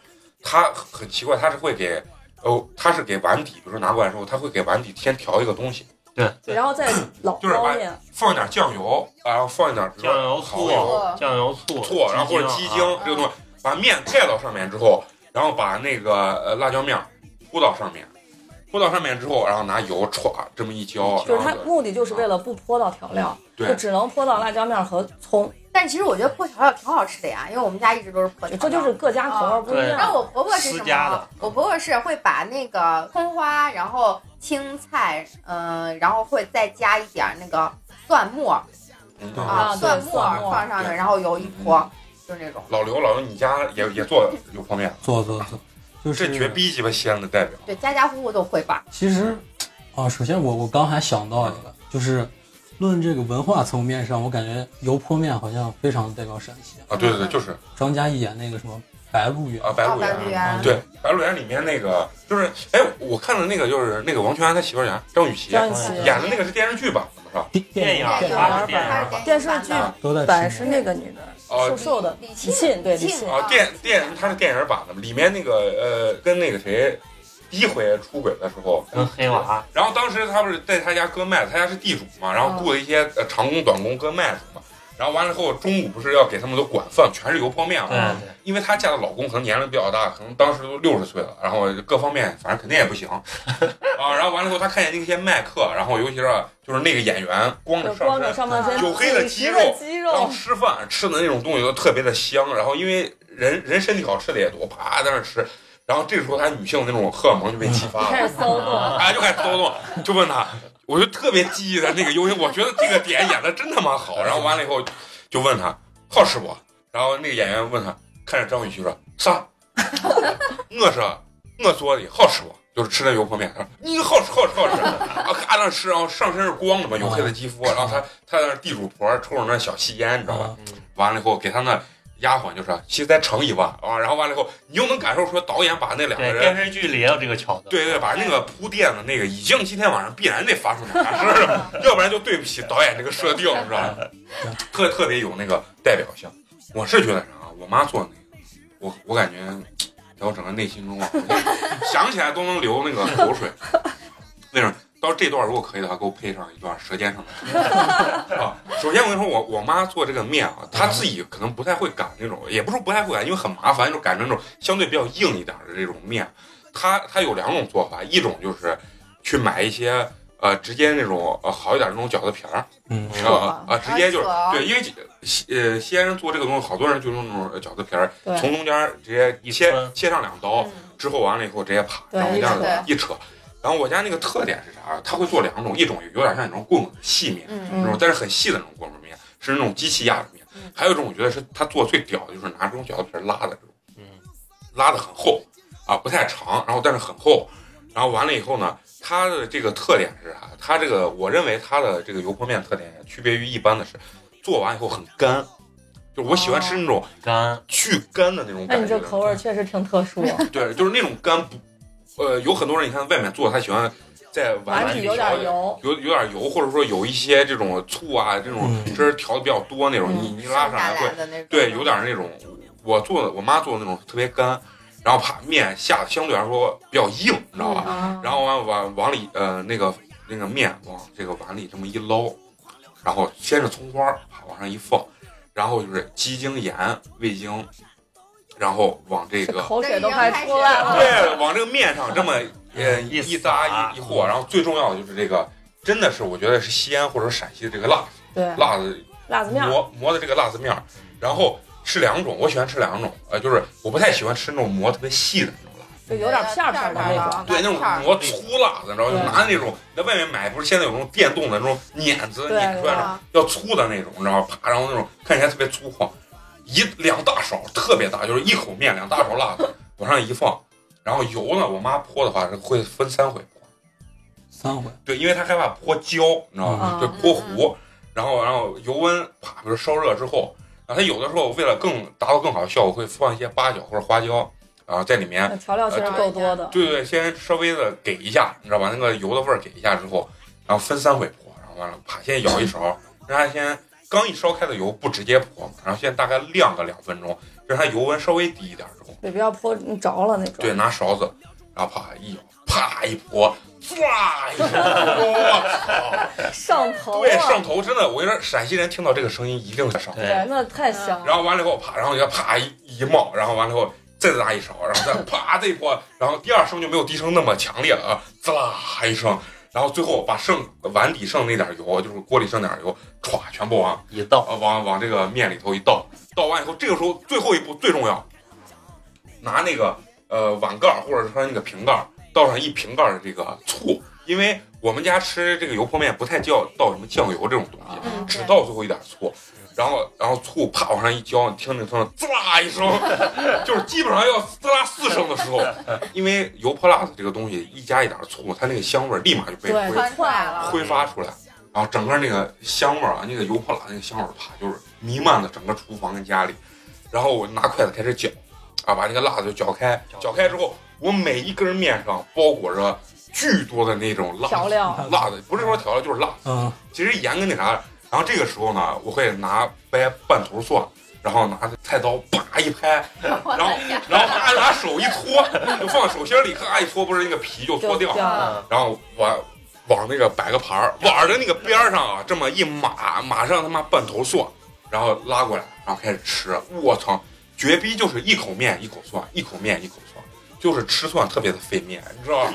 Speaker 2: 它很奇怪，它是会给哦，他是给碗底，比如说拿过来之后，他会给碗底先调一个东西，
Speaker 4: 对然后再老
Speaker 2: 就是把
Speaker 4: 捞面，
Speaker 2: 放一点酱油，啊然后放一点比如说
Speaker 5: 酱油
Speaker 2: 蚝
Speaker 5: 醋
Speaker 2: 油、
Speaker 5: 酱油、醋、
Speaker 2: 醋，然后或者鸡
Speaker 5: 鸡
Speaker 2: 精、
Speaker 5: 精啊
Speaker 2: 这个东西，把面盖到上面之后，然后把那个呃辣椒面儿铺到上面，铺到上面之后，然后拿油歘这么一浇，
Speaker 4: 就是它
Speaker 2: 然后
Speaker 4: 目的就是为了不泼到调料，就
Speaker 2: 啊对，
Speaker 4: 只能泼到辣椒面和葱，
Speaker 3: 但其实我觉得破调料挺好吃的呀，因为我们家一直都是破调料。
Speaker 4: 这就是各家口味不一
Speaker 5: 对
Speaker 3: 但
Speaker 4: 样。
Speaker 3: 我婆婆是什
Speaker 5: 私家
Speaker 3: 么
Speaker 5: 的？
Speaker 3: 我婆婆是会把那个葱花，然后青菜，嗯、然后会再加一点儿那个蒜末
Speaker 2: 嗯
Speaker 6: 对
Speaker 2: 啊。
Speaker 4: 啊对
Speaker 3: 蒜末
Speaker 4: 蒜末
Speaker 3: 放上去，
Speaker 2: 对
Speaker 3: 然后油一泼，就是那种。
Speaker 2: 老刘，老刘，你家也也做油泼面，
Speaker 6: 做做做，就是
Speaker 2: 这绝逼鸡巴西安的代表。
Speaker 3: 对，家家户户都会吧。
Speaker 6: 其实，啊、首先我我刚还想到一个，就是论这个文化层面上，我感觉油泼面好像非常代表陕西。
Speaker 2: 啊，对对对，就是
Speaker 6: 张嘉译演那个什么白鹿原
Speaker 2: 啊，白鹿
Speaker 3: 嗯白
Speaker 2: 原，
Speaker 3: 鹿
Speaker 6: 啊
Speaker 3: 原，
Speaker 2: 对，白鹿原里面那个就是，哎，我看的那个就是那个王全安他媳妇儿演张雨绮
Speaker 4: 张雨
Speaker 3: 绮
Speaker 2: 演的那个是电视剧版的是吧？
Speaker 6: 电
Speaker 5: 电影
Speaker 6: 影
Speaker 5: 儿
Speaker 3: 电影
Speaker 5: 它
Speaker 3: 儿
Speaker 5: 是电影儿，
Speaker 3: 电
Speaker 4: 电视剧
Speaker 3: 版
Speaker 6: 都在
Speaker 4: 本
Speaker 6: 吃
Speaker 4: 是
Speaker 6: 面
Speaker 4: 那个女的，
Speaker 2: 哦
Speaker 4: 瘦瘦的
Speaker 3: 的，李
Speaker 4: 李沁对李
Speaker 3: 沁
Speaker 4: 沁
Speaker 2: 啊，电电它是电影版的，里面那个呃，跟那个谁，第一回出轨的时候，
Speaker 5: 跟黑娃
Speaker 2: 然后当时他不是在他家割麦子，他家是地主嘛，然后雇了一些呃长工短工割麦子嘛，然后完了后中午不是要给他们都管饭，全是油泼面
Speaker 5: 对
Speaker 2: 嘛，
Speaker 5: 对
Speaker 2: 因为她嫁的老公可能年龄比较大，可能当时都六十岁了，然后各方面反正肯定也不行啊，然后完了后她看见那些麦客，然后尤其是啊就是那个演员光着
Speaker 4: 就
Speaker 2: 上
Speaker 4: 光
Speaker 2: 身
Speaker 4: 着。上半身，
Speaker 2: 黝黑的肌肉
Speaker 4: 黝黑的肌
Speaker 2: 然
Speaker 4: 肉
Speaker 2: 后，吃饭吃的那种东西都特别的香，然后因为人人身体好吃的也多，啪在那吃，然后这个时候她女性的那种荷尔蒙就被激发
Speaker 4: 开
Speaker 2: 了，
Speaker 4: 始骚 动。
Speaker 2: 啊就开始骚动，就问她，我就特别记忆的那个尤因，我觉得这个点演的真他妈好，然后完了以后就问她好吃不？然后那个演员问她，看着张雨绮说啥？我说我做的好吃不？就是吃那油泼面，她说你好吃好吃好吃，啊咔那吃，然后上身是光的嘛，黝黑的肌肤，啊然后她她在那地主婆抽着那小细烟，你知道吧？
Speaker 6: 啊，
Speaker 5: 嗯
Speaker 2: 完了以后给他那丫鬟就说，其实再盛一碗啊，然后完了以后，你就能感受出导演把那两个
Speaker 5: 对，电
Speaker 2: 人，
Speaker 5: 视剧里也有这个桥段。
Speaker 2: 对对，把那个铺垫的那个已经今天晚上必然得发生点啥事儿了，要不然就对不起导演这个设定，你知道吧？特特别有那个代表性。我是觉得啥，啊我妈做的那个，我我感觉在我整个内心中啊，我就想起来都能流那个口水。为什么？到这段如果可以的话，给我配上一段《舌尖上的中 国》啊！首先我跟你说，我我妈做这个面啊，她自己可能不太会擀那种，也不是说不太会擀，因为很麻烦，就擀成那种相对比较硬一点的这种面。她她有两种做法，一种就是去买一些呃直接那种呃好一点的那种饺子皮儿，
Speaker 6: 嗯，
Speaker 4: 扯
Speaker 2: 啊啊，直接就是
Speaker 3: 啊扯
Speaker 2: 对，因为西呃西安人做这个东西，好多人就用那种饺子皮儿，
Speaker 4: 对
Speaker 2: 从中间儿直接
Speaker 5: 一
Speaker 2: 切
Speaker 5: 穿
Speaker 2: 切上两刀，之后完了以后直接啪，
Speaker 4: 对
Speaker 2: 然后这样子
Speaker 3: 嗯对
Speaker 2: 一扯。然后我家那个特点是啥？它会做两种，一种有点像那种棍棍细面，
Speaker 3: 嗯
Speaker 2: 那
Speaker 4: 嗯
Speaker 2: 种但是很细的那种棍棍面，是那种机器压的面
Speaker 3: 嗯；
Speaker 2: 还有一种我觉得是它做最屌的，就是拿这种饺子皮儿拉的这种，
Speaker 5: 嗯，
Speaker 2: 拉的很厚啊，不太长，然后但是很厚。然后完了以后呢，它的这个特点是啥？它这个我认为它的这个油泼面特点区别于一般的是，做完以后很干，就我喜欢吃那种
Speaker 5: 干
Speaker 2: 巨干的那种
Speaker 4: 哦那
Speaker 2: 感
Speaker 4: 你
Speaker 2: 觉
Speaker 4: 这。口味儿确实挺特殊，
Speaker 2: 对，就是那种干不，呃，有很多人你看外面做，他喜欢在碗
Speaker 4: 碗
Speaker 2: 里
Speaker 4: 底有
Speaker 2: 调
Speaker 4: 点油，
Speaker 2: 有有点油，或者说有一些这种醋啊，这种
Speaker 6: 嗯
Speaker 2: 汁儿调的比较多那种，
Speaker 4: 嗯
Speaker 2: 你你
Speaker 3: 剩
Speaker 2: 拉上
Speaker 3: 下
Speaker 2: 来会
Speaker 3: 来的那种。
Speaker 2: 对，有点儿那种我做的我妈做的那种特别干，然后把面下的相对来说比较硬，你知道吧？
Speaker 4: 啊
Speaker 2: 然后往往往里呃那个那个面往这个碗里这么一捞，然后先是葱花儿往上一放，然后就是鸡精、盐、味精，然后往这
Speaker 4: 这
Speaker 2: 个
Speaker 4: 嗯口水都快出 来了。
Speaker 2: 对，往这个面上这么呃
Speaker 5: 嗯一
Speaker 2: 一
Speaker 5: 撒啊
Speaker 2: 搭一一和，然后最重要的就是这个，真的是我觉得是西安或者陕西的这个辣
Speaker 4: 对，
Speaker 2: 辣子
Speaker 4: 辣子面儿，
Speaker 2: 磨磨的这个辣子面儿，然后吃两种，我喜欢吃两种，呃，就是我不太喜欢吃那种磨特别细的那种辣，
Speaker 4: 就有点片儿片儿的那种。
Speaker 2: 对，那种磨粗辣子，你知道吗？就
Speaker 4: 啊对
Speaker 2: 拿那种在外面买不是现在有那种电动的那种碾子
Speaker 4: 对
Speaker 2: 碾出来那种
Speaker 3: 啊
Speaker 2: 要粗的那种，你知道吗？啪，然后那种看起来特别粗犷，一两大勺特别大，就是一口面两大勺辣子往上一放，然后油呢，我妈泼的话是会分三回泼，
Speaker 6: 三回
Speaker 2: 对，因为她害怕泼焦，你知道吗？
Speaker 4: 嗯
Speaker 2: 就泼糊，然后然后油温啪，比如烧热之后，然后它有的时候为了更达到更好的效果，会放一些八角或者花椒，然后在里面
Speaker 4: 那调料其实够多的，
Speaker 2: 对对，先稍微的给一下，你知道吧？那个油的味儿给一下之后，然后分三回泼，然后完了，啪，先舀一勺，让它先刚一烧开的油不直接泼嘛，然后先大概晾个两分钟，让它油温稍微低一点之后，
Speaker 4: 对，不要泼着了那种。
Speaker 2: 对，拿勺子，然后啪一咬，啪一泼，唰一声，我
Speaker 4: 上
Speaker 2: 操！
Speaker 4: 头
Speaker 2: 对，
Speaker 4: 啊
Speaker 2: 上！头真的，我跟你说，陕西人听到这个声音一定上头。
Speaker 5: 对，
Speaker 4: 那太香了。
Speaker 2: 然后完了以后啪，然后你看啪一一冒，然后完了以后再拉一勺，然后再啪再一泼，然后第二声就没有第一声那么强烈了啊，滋啦一声，然后最后把剩碗底剩那点油，就是锅里剩点油，歘全部往
Speaker 5: 一道
Speaker 2: 呃往往这个面里头一倒，倒完以后，这个时候最后一步最重要，拿那个呃碗盖儿或者说那个瓶盖儿倒上一瓶盖儿的这个醋，因为我们家吃这个油泼面不太叫倒什么酱油这种东西，
Speaker 3: 嗯，
Speaker 2: 只
Speaker 3: 对
Speaker 2: 倒最后一点醋，然后然后醋啪往上一浇，你听那声滋啦一声， 就是基本上要滋啦四声的时候，因为油泼辣子这个东西一加一点醋，它那个香味儿立马就被
Speaker 4: 对
Speaker 2: 挥
Speaker 3: 窜出来了，
Speaker 2: 挥发出来，然后整个那个香味儿啊，那个油泼辣那个香味儿，啪就是弥漫了整个厨房跟家里。然后我拿筷子开始搅，啊，把那个辣子就搅开，搅开之后，我每一根面上包裹着巨多的那种辣
Speaker 4: 调料，
Speaker 2: 辣的不是说调料就是辣，
Speaker 6: 嗯，
Speaker 2: 其实盐跟那啥。然后这个时候呢，我会拿掰半头蒜，然后拿菜刀叭一 拍，
Speaker 3: 我
Speaker 2: 然后
Speaker 3: 的天
Speaker 2: 然后啪拿手一搓，就放手心里，咔一搓，不是那个皮就
Speaker 4: 就
Speaker 2: 搓掉。
Speaker 4: 掉了。
Speaker 5: 嗯，
Speaker 2: 然后我往那个摆个盘儿，
Speaker 4: 嗯
Speaker 2: 碗的那个边儿上啊，这么一码，马上他妈半头蒜，然后拉过来，然后开始吃。我操，绝逼就是一口面一口蒜，一口面一口蒜，就是吃蒜特别的费面，你知道吗？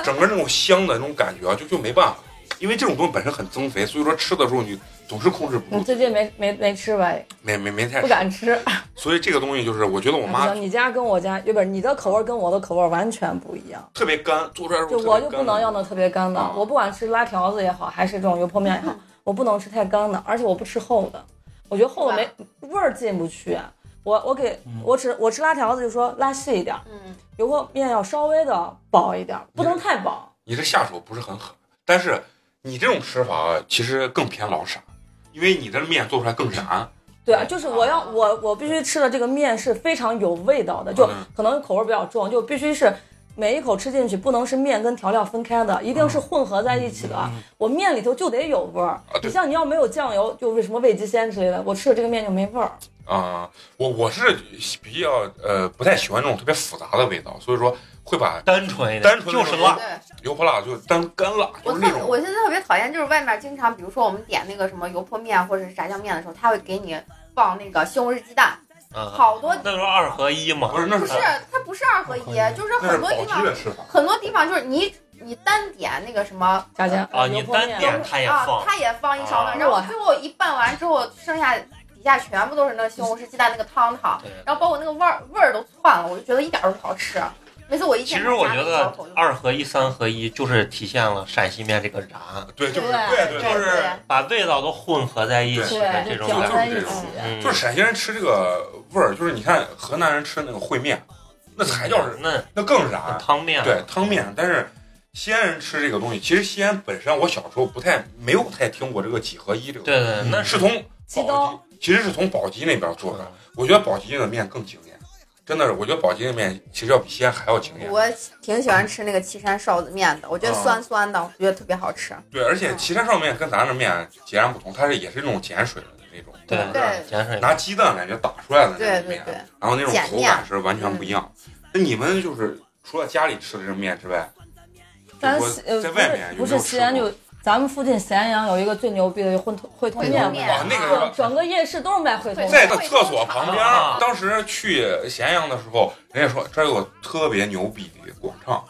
Speaker 2: 整个那种香的那种感觉啊，就就没办法，因为这种东西本身很增肥，所以说吃的时候你总是控制不
Speaker 4: 你
Speaker 2: 住，
Speaker 4: 最近没没没吃吧？
Speaker 2: 没没没太
Speaker 4: 不。敢吃。
Speaker 2: 所以这个东西就是，我觉得我
Speaker 4: 不
Speaker 2: 妈
Speaker 4: 行，你家跟我家，不是你的口味跟我的口味完全不一样。
Speaker 2: 特别干，做出来的时
Speaker 4: 就
Speaker 2: 候
Speaker 4: 我
Speaker 2: 特别
Speaker 4: 就
Speaker 2: 干
Speaker 4: 不能要那特别干的
Speaker 2: 啊，
Speaker 4: 我不管吃拉条子也好，还是这种油泼面也好，我不能吃太干的，而且我不吃厚的，我觉得厚的没味儿进不去。我我给
Speaker 2: 嗯
Speaker 4: 我吃我吃拉条子就说拉细一点，
Speaker 3: 嗯，
Speaker 4: 油泼面要稍微的薄一点，不能太薄。
Speaker 2: 你这下手不是很狠，但是你这种吃法其实更偏老陕，因为你这面做出来
Speaker 5: 嗯
Speaker 2: 更燃。
Speaker 4: 对啊，就是我要我我必须吃的这个面是非常有味道的，就
Speaker 2: 嗯
Speaker 4: 可能口味比较重，就必须是每一口吃进去不能是面跟调料分开的，一
Speaker 2: 嗯
Speaker 4: 定是混合在一起的。
Speaker 6: 嗯
Speaker 4: 我面里头就得有味儿。
Speaker 2: 对
Speaker 4: 你像你要没有酱油，就是什么味极鲜之类的，我吃的这个面就没味儿。
Speaker 2: 啊、我我是比较呃不太喜欢这种特别复杂的味道，所以说会把
Speaker 5: 单纯一点，
Speaker 2: 单纯
Speaker 5: 就是
Speaker 2: 那
Speaker 5: 辣
Speaker 2: 种，
Speaker 3: 对。
Speaker 2: 油泼辣就单干辣，
Speaker 3: 我
Speaker 2: 就是那
Speaker 3: 特
Speaker 2: 种
Speaker 3: 我现在特别讨厌，就是外面经常，比如说我们点那个什么油泼面或者是炸酱面的时候，他会给你放那个西红柿鸡蛋，
Speaker 5: 嗯，
Speaker 3: 好多
Speaker 5: 那时候二合一嘛，
Speaker 2: 不是那
Speaker 3: 不是
Speaker 2: 是
Speaker 3: 它不是二合一，就是
Speaker 2: 那是
Speaker 3: 很多
Speaker 2: 宝
Speaker 3: 地
Speaker 2: 鸡
Speaker 3: 方
Speaker 2: 的吃法。
Speaker 3: 很多地方就是你你单点那个什么
Speaker 4: 佳佳
Speaker 5: 啊
Speaker 4: 油
Speaker 5: 你
Speaker 4: 泼面
Speaker 2: 呃
Speaker 5: 单点他也放
Speaker 3: 啊，他也放一勺
Speaker 5: 啊
Speaker 3: 饭，然后最后一拌完之后，剩下底下全部都是那西红柿鸡蛋那个汤汤，
Speaker 5: 对。
Speaker 3: 然后包括那个味儿味儿都窜了，我就觉得一点儿都不好吃。啊每次我一
Speaker 5: 其
Speaker 3: 见
Speaker 5: 实
Speaker 3: 他
Speaker 5: 我
Speaker 3: 家
Speaker 5: 觉
Speaker 3: 那
Speaker 5: 得
Speaker 3: 小口就
Speaker 5: 二合一、三合一就是体现了陕西面这个燃，
Speaker 2: 对，就是
Speaker 4: 对
Speaker 2: 对，
Speaker 3: 对
Speaker 2: 就是
Speaker 3: 对
Speaker 5: 把味道都混合在一起的
Speaker 4: 对，
Speaker 5: 这
Speaker 4: 就
Speaker 5: 种
Speaker 4: 搅
Speaker 5: 感
Speaker 2: 就是
Speaker 4: 在一
Speaker 5: 觉。
Speaker 2: 这
Speaker 4: 起
Speaker 2: 种。
Speaker 5: 嗯，
Speaker 2: 就是陕西人吃这个味儿，就是你看河南人吃那个烩面，那才叫是
Speaker 5: 那
Speaker 2: 那更
Speaker 5: 那
Speaker 2: 燃，
Speaker 5: 汤面，
Speaker 2: 对汤面。但是西安人吃这个东西，其实西安本身我小时候不太没有太听过这个几合一这个东西。
Speaker 5: 对对，那
Speaker 2: 是
Speaker 3: 嗯
Speaker 2: 从
Speaker 4: 鸡
Speaker 2: 宝
Speaker 4: 刀
Speaker 2: 鸡，其实是从宝鸡那边做的。我觉得宝鸡的面更惊艳，真的是，我觉得宝鸡的面其实要比西安还要惊艳。
Speaker 3: 我挺喜欢吃那个岐山臊子面的，我觉得
Speaker 2: 啊
Speaker 3: 酸酸的，我觉得特别好吃。
Speaker 2: 对，而且岐山烧面跟咱这面截然不同，它是也是那种碱水的那种，
Speaker 5: 对
Speaker 3: 对
Speaker 5: 碱水
Speaker 2: 拿鸡蛋感觉打出来的那
Speaker 3: 对
Speaker 2: 种
Speaker 3: 对
Speaker 2: 面，
Speaker 3: 对，
Speaker 2: 然后那种
Speaker 3: 碱
Speaker 2: 口
Speaker 3: 面嗯
Speaker 2: 感是完全不一样。那你们就是除了家里吃的这面之外，
Speaker 4: 咱
Speaker 2: 就是
Speaker 4: 西呃
Speaker 2: 说在
Speaker 4: 不
Speaker 2: 外面
Speaker 4: 是
Speaker 2: 有
Speaker 4: 不
Speaker 2: 没有
Speaker 4: 是
Speaker 2: 吃
Speaker 4: 西安
Speaker 2: 过
Speaker 4: 就咱们附近咸阳有一个最牛逼的就混通烩通
Speaker 3: 烩
Speaker 4: 面
Speaker 3: 通
Speaker 4: 嘛，
Speaker 3: 面
Speaker 2: 啊那个是吧
Speaker 4: 整整个夜市都是卖烩通
Speaker 3: 对
Speaker 2: 在
Speaker 4: 面。
Speaker 2: 那厕所旁边
Speaker 5: 啊，
Speaker 2: 当时去咸阳的时候，人家说这儿有个特别牛逼的广场，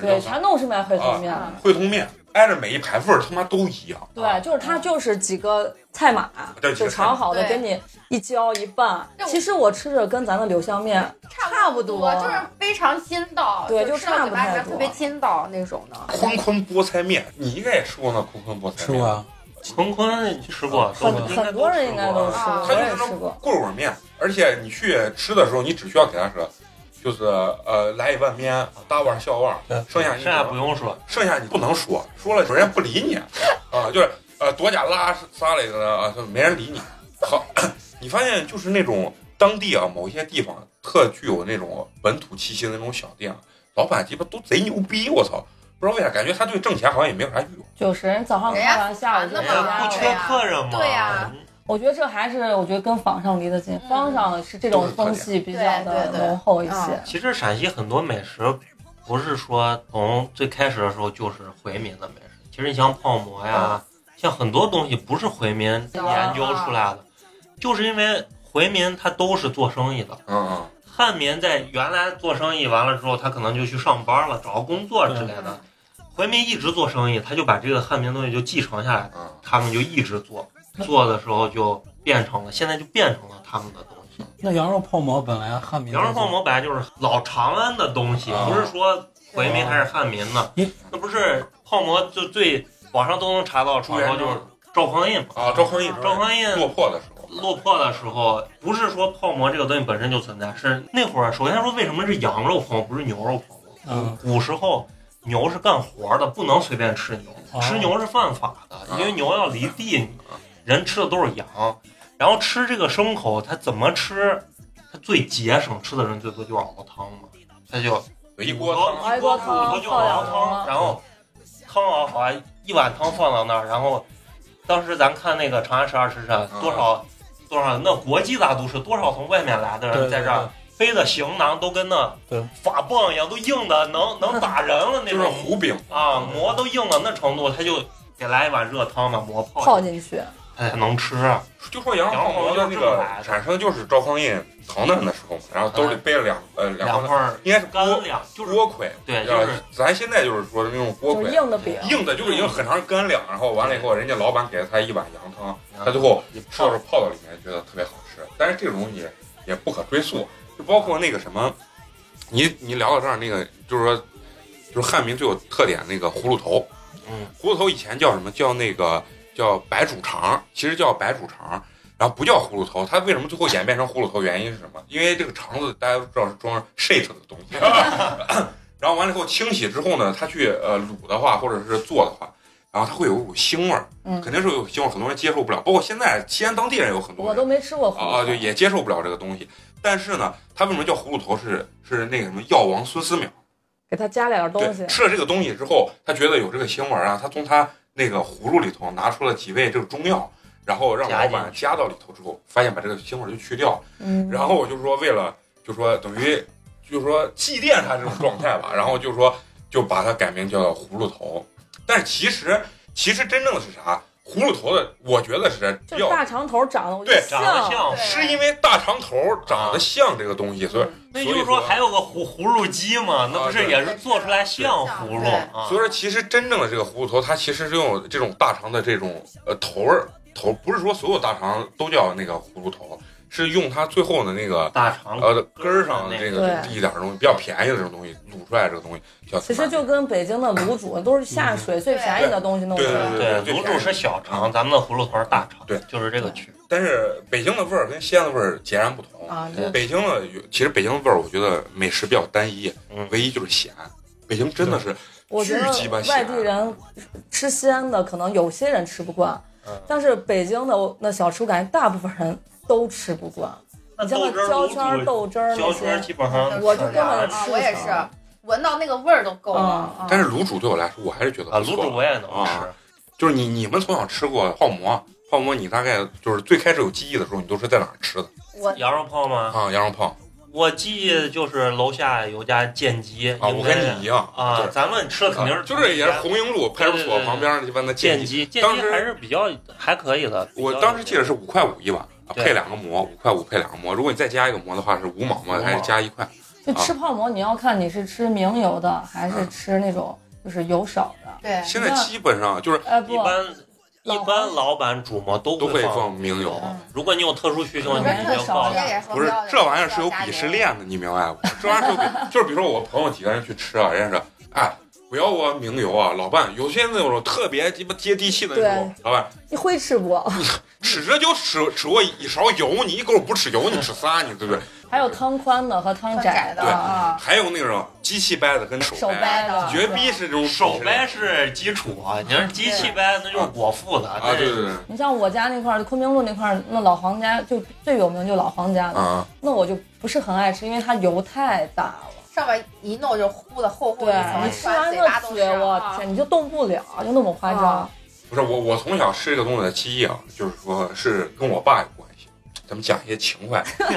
Speaker 4: 对，全都是卖烩
Speaker 2: 哦
Speaker 4: 通面
Speaker 3: 嗯
Speaker 4: 的。
Speaker 2: 汇通面挨着每一排味儿他妈都一样。
Speaker 4: 对，就是它就是几个菜码
Speaker 2: 啊对，几
Speaker 4: 就
Speaker 2: 个菜码
Speaker 4: 炒好的，
Speaker 3: 嗯对
Speaker 4: 给你一浇一拌
Speaker 3: 那。我
Speaker 4: 其实我吃着跟咱的柳香面
Speaker 3: 差
Speaker 4: 不多
Speaker 3: 就是非常筋道，
Speaker 4: 对
Speaker 3: 就
Speaker 4: 就
Speaker 3: 吃到
Speaker 4: 差
Speaker 3: 嘴
Speaker 4: 不
Speaker 3: 巴
Speaker 4: 太
Speaker 3: 里面
Speaker 4: 多
Speaker 3: 特别筋道那种的。
Speaker 2: 坤坤菠菜面，你应该也吃过那坤坤菠菜面。
Speaker 6: 吃过啊，
Speaker 5: 坤坤吃过，
Speaker 4: 很
Speaker 5: 都
Speaker 4: 很多人应该都吃
Speaker 5: 吃
Speaker 4: 过，
Speaker 3: 啊
Speaker 2: 它
Speaker 4: 我
Speaker 2: 就是那
Speaker 4: 也吃
Speaker 2: 种
Speaker 4: 过。
Speaker 2: 棍棍面，而且你去吃的时候，你只需要给他说，就是呃来一碗面，大碗小碗，剩下
Speaker 5: 过，
Speaker 2: 你
Speaker 5: 剩下不用说，
Speaker 2: 剩下你不能说，说了人家不理你啊，就是呃多加拉撒来的啊，就没人理你。好，你发现就是那种当地啊某一些地方特具有那种本土气息的那种小店，啊老板鸡巴都贼牛逼，我操！不知道为啥，感觉他对挣钱好像也没有啥欲望。
Speaker 4: 就是人早上
Speaker 3: 人
Speaker 4: 开
Speaker 3: 家
Speaker 4: 完，下午就
Speaker 3: 那
Speaker 5: 人
Speaker 4: 回
Speaker 3: 么
Speaker 5: 家
Speaker 4: 家
Speaker 5: 不
Speaker 3: 好
Speaker 5: 缺客人嘛。
Speaker 3: 对呀
Speaker 4: 我觉得这还是我觉得跟坊上离得近，
Speaker 3: 嗯
Speaker 4: 坊上是这种风气比较
Speaker 3: 对
Speaker 4: 的
Speaker 3: 对对
Speaker 4: 浓厚一
Speaker 3: 嗯
Speaker 4: 些。
Speaker 5: 其实陕西很多美食不是说从最开始的时候就是回民的美食。其实你像泡馍呀，像很多东西不是回民研究出来的，就是因为回民他都是做生意的，
Speaker 2: 嗯嗯，
Speaker 5: 汉民在原来做生意完了之后，他可能就去上班了，找个工作之类的。回民一直做生意，他就把这个汉民东西就继承下来，
Speaker 2: 嗯
Speaker 5: 他们就一直做，做的时候就变成了，现在就变成了他们的东西。
Speaker 6: 那羊肉泡馍本来汉民
Speaker 5: 羊肉泡，馍本来就是老长安的东西，
Speaker 2: 啊
Speaker 5: 不是说回民还是汉民呢
Speaker 6: 你。
Speaker 5: 那不是泡馍就最网上都能查到
Speaker 2: 朱
Speaker 5: 传
Speaker 2: 元璋
Speaker 5: 说就是赵匡胤嘛。
Speaker 2: 啊，赵匡胤
Speaker 3: 啊
Speaker 5: 赵匡胤
Speaker 2: 落魄的时候，啊
Speaker 5: 落魄的时候，不是说泡馍这个东西本身就存在，是那会儿首先说为什么是羊肉泡馍不是牛肉泡馍？
Speaker 6: 嗯，
Speaker 5: 古时候牛是干活的，不能随便吃牛，
Speaker 6: 哦
Speaker 5: 吃牛是犯法的，
Speaker 2: 嗯
Speaker 5: 因为牛要犁地，人吃的都是羊，然后吃这个牲口，它怎么吃？它最节省，吃的人最多就是熬汤嘛，它就
Speaker 2: 一锅汤，
Speaker 5: 一锅骨头就熬汤，然后汤熬好，一碗汤放到那儿，然后当时咱看那个《长安十二时辰》，啊
Speaker 2: 嗯
Speaker 5: 多少多少那国际大都市，多少从外面来的人在这儿背的行囊都跟那
Speaker 6: 对
Speaker 5: 法棒一样，都硬的 能能打人了那
Speaker 2: 就是
Speaker 5: 种
Speaker 2: 胡饼
Speaker 5: 啊，馍都硬到那程度，他就给来一碗热汤把馍泡
Speaker 4: 泡
Speaker 5: 进去，
Speaker 4: 进去，
Speaker 2: 哎
Speaker 5: 他才能吃。啊
Speaker 2: 就说羊肉泡馍的那个产生就是赵匡胤逃难的时候嘛，然后兜里背了两呃
Speaker 5: 哎两
Speaker 2: 两
Speaker 5: 份
Speaker 2: 块，
Speaker 5: 儿
Speaker 2: 应该是
Speaker 5: 干
Speaker 2: 锅
Speaker 5: 粮，就是
Speaker 2: 锅盔，啊
Speaker 5: 对，就是
Speaker 2: 咱现在就是说的那种锅
Speaker 4: 就是
Speaker 2: 盔，
Speaker 4: 硬的饼。
Speaker 2: 硬的就是已经很长干粮，然后完了以后，人家老板给了他一碗羊汤，他最后
Speaker 5: 你
Speaker 2: 泡着泡到里面，觉得特别好吃。但是这种东西也不可追溯，就包括那个什么，你你聊到这儿，那个就是说，就是汉民最有特点那个葫芦头，
Speaker 5: 嗯，
Speaker 2: 葫芦头以前叫什么？叫那个叫白煮肠，其实叫白煮肠。然后不叫葫芦头，它为什么最后演变成葫芦头？原因是什么？因为这个肠子大家都知道是装 shit 的东西，然后完了以后清洗之后呢，它去呃卤的话，或者是做的话，然后它会有一股腥味儿，
Speaker 4: 嗯
Speaker 2: 肯定是有股腥味儿，很多人接受不了。包括现在西安当地人有很多
Speaker 4: 我
Speaker 2: 人
Speaker 4: 都没吃过葫芦
Speaker 2: 啊啊，就也接受不了这个东西。但是呢，它为什么叫葫芦头是？是那个什么药王孙思邈，
Speaker 4: 给他加了点东西
Speaker 2: 对，，吃了这个东西之后，他觉得有这个腥味儿啊，他从他那个葫芦里头拿出了几味这个中药，然后让老板加到里头之后，发现把这个腥味儿就去掉了。
Speaker 4: 嗯，
Speaker 2: 然后我就说为了，就说等于，就说祭奠他这种状态吧，然后就说就把它改名叫葫芦头。但是其实其实真正的是啥？葫芦头的，我觉得是
Speaker 4: 就是
Speaker 2: 要
Speaker 4: 大长头长得我觉
Speaker 2: 对
Speaker 4: 得
Speaker 5: 长得
Speaker 4: 像，
Speaker 5: 像
Speaker 3: 对
Speaker 2: 是因为大长头长得像这个东西，所以
Speaker 5: 那就是说还有个葫葫芦鸡嘛，那不
Speaker 4: 啊
Speaker 5: 是也是做出来像葫芦啊？
Speaker 2: 所以说其实真正的这个葫芦头，它其实是用这种大肠的这种呃头儿头，不是说所有大肠都叫那个葫芦头，是用它最后的那个
Speaker 5: 大肠
Speaker 2: 呃根儿上的这个
Speaker 4: 对
Speaker 2: 一点儿东西比较便宜的这种东西卤出来这个东西叫
Speaker 4: 其实就跟北京的卤煮都是下水最便宜的东西弄出
Speaker 2: 嗯对
Speaker 4: 来
Speaker 2: 对
Speaker 4: 的。
Speaker 5: 对，卤煮是小肠，咱们的葫芦头是大肠，
Speaker 2: 对
Speaker 5: 就是这个区别。
Speaker 2: 但是北京的味儿跟西安的味儿截然不同。
Speaker 4: 啊，
Speaker 5: 对
Speaker 4: 就
Speaker 2: 北京的有其实北京的味儿，我觉得美食比较单一，
Speaker 5: 嗯
Speaker 2: 唯一就是咸。北京真的是
Speaker 4: 我觉
Speaker 2: 巨鸡巴
Speaker 4: 得
Speaker 2: 咸
Speaker 4: 外地人吃西安的，可能有些人吃不惯，
Speaker 2: 嗯
Speaker 4: 但是北京的那小吃，我感觉大部分人都吃不惯。
Speaker 5: 那
Speaker 4: 你像
Speaker 5: 豆
Speaker 4: 那
Speaker 5: 汁儿
Speaker 4: 焦圈儿、
Speaker 5: 卤煮，
Speaker 4: 豆汁儿那
Speaker 5: 焦圈儿
Speaker 4: 些，
Speaker 5: 基本
Speaker 2: 嗯
Speaker 5: 上
Speaker 3: 我
Speaker 4: 就根本
Speaker 5: 啊
Speaker 4: 就
Speaker 3: 啊
Speaker 4: 吃，不
Speaker 3: 我也
Speaker 4: 成
Speaker 3: 是闻到那个味儿都够了。
Speaker 4: 嗯
Speaker 2: 但是卤煮对我来说，我还是觉得不
Speaker 5: 啊卤
Speaker 2: 啊错
Speaker 5: 煮我也能吃
Speaker 2: 啊，就是你你们从小吃过泡馍，泡馍你大概就是最开始有记忆的时候，你都是在哪儿吃的
Speaker 3: 我
Speaker 5: 羊肉泡吗？
Speaker 2: 啊？羊肉泡
Speaker 5: 我记忆就是楼下有家建鸡，
Speaker 2: 啊，我跟你一样
Speaker 5: 啊，咱们吃的肯定是
Speaker 2: 就是也是红缨路派出所旁边那地方的
Speaker 5: 建
Speaker 2: 鸡。
Speaker 5: 鸡，建
Speaker 2: 当
Speaker 5: 鸡
Speaker 2: 时
Speaker 5: 还是比较还可以的。
Speaker 2: 我当时记得是五块五一碗，啊
Speaker 5: 对
Speaker 2: 配两个馍，五块五配两个馍。如果你再加一个馍的话，是五毛嘛，
Speaker 5: 五毛
Speaker 2: 还是加一块？
Speaker 4: 就吃泡馍，你要看你是吃明油的还是吃那种就是油少的。
Speaker 3: 对
Speaker 2: 现在基本上就是
Speaker 4: 哎
Speaker 5: 一
Speaker 4: 不，
Speaker 5: 般一般老板煮嘛都
Speaker 2: 都会
Speaker 5: 放
Speaker 2: 放明油。
Speaker 5: 如果你有特殊需求，
Speaker 4: 嗯
Speaker 5: 你
Speaker 4: 特
Speaker 5: 就报
Speaker 4: 少
Speaker 3: 我这也说
Speaker 2: 不是
Speaker 3: 到，
Speaker 2: 这玩意儿是有鄙视。链的，你明白不？这玩意儿是有鄙，就是比如说我朋友几个人去吃啊，人家说，哎，不要我明油啊，老伴，有些那种特别鸡巴接地气的那种老板，
Speaker 4: 你会吃不？
Speaker 2: 吃着就吃吃过一勺油，你一口不吃油，你吃啥你对不对？
Speaker 4: 还有汤宽的和汤
Speaker 3: 汤
Speaker 4: 窄
Speaker 3: 窄的嗯
Speaker 4: 啊，
Speaker 2: 还有那种机器掰的跟手
Speaker 4: 手
Speaker 2: 掰
Speaker 4: 掰的，
Speaker 2: 绝逼是这种
Speaker 5: 手掰。是基础啊，你要是机器掰那就是果腹的
Speaker 2: 啊，对对对，
Speaker 4: 你像我家那块儿，昆明路那块儿，那老黄家就最有名就老黄家的，
Speaker 2: 啊，
Speaker 4: 那我就不是很爱吃，因为它油太大了。
Speaker 3: 上面一弄就糊的厚厚
Speaker 4: 对
Speaker 3: 一层，
Speaker 4: 你吃
Speaker 3: 刷
Speaker 4: 完
Speaker 3: 嘴
Speaker 4: 那
Speaker 3: 巴都是
Speaker 4: 嘴，。我
Speaker 3: 啊
Speaker 4: 天，你就动不了，就那么夸张
Speaker 3: 啊。
Speaker 2: 不是我，我从小吃这个东西的记忆啊， 就是说是跟我爸有关系，咱们讲一些情怀，跟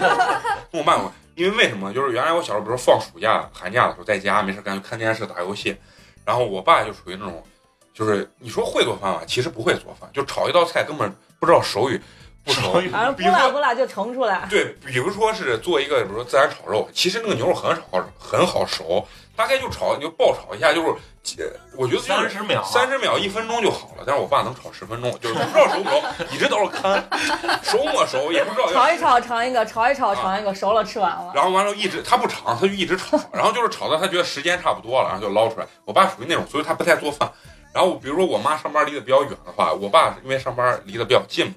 Speaker 2: 我爸有关。因为为什么？就是原来我小时候，比如说放暑假、寒假的时候，在家没事干就看电视、打游戏，然后我爸就属于那种，就是你说会做饭吧，其实不会做饭，就炒一道菜根本不知道手语不熟。
Speaker 4: 反正
Speaker 2: 比
Speaker 4: 不
Speaker 2: 如
Speaker 4: 拉
Speaker 2: 说，
Speaker 4: 不拉就盛出来。
Speaker 2: 对，比如说是做一个，比如说孜然炒肉，其实那个牛肉很好很好熟，大概就炒你就爆炒一下，就是几我觉得
Speaker 5: 三十秒，啊
Speaker 2: 三十秒、一分钟就好了。但是我爸能炒十分钟，就是不知道熟不熟，一直都是看熟没熟，也不知道要
Speaker 4: 炒一炒，尝一个；炒一炒，尝一个。熟了吃完了。
Speaker 2: 然后完了，一直他不尝，他就一直炒，然后就是炒到他觉得时间差不多了，然后就捞出来。我爸属于那种，所以他不太做饭。然后比如说我妈上班离得比较远的话，我爸因为上班离得比较近嘛，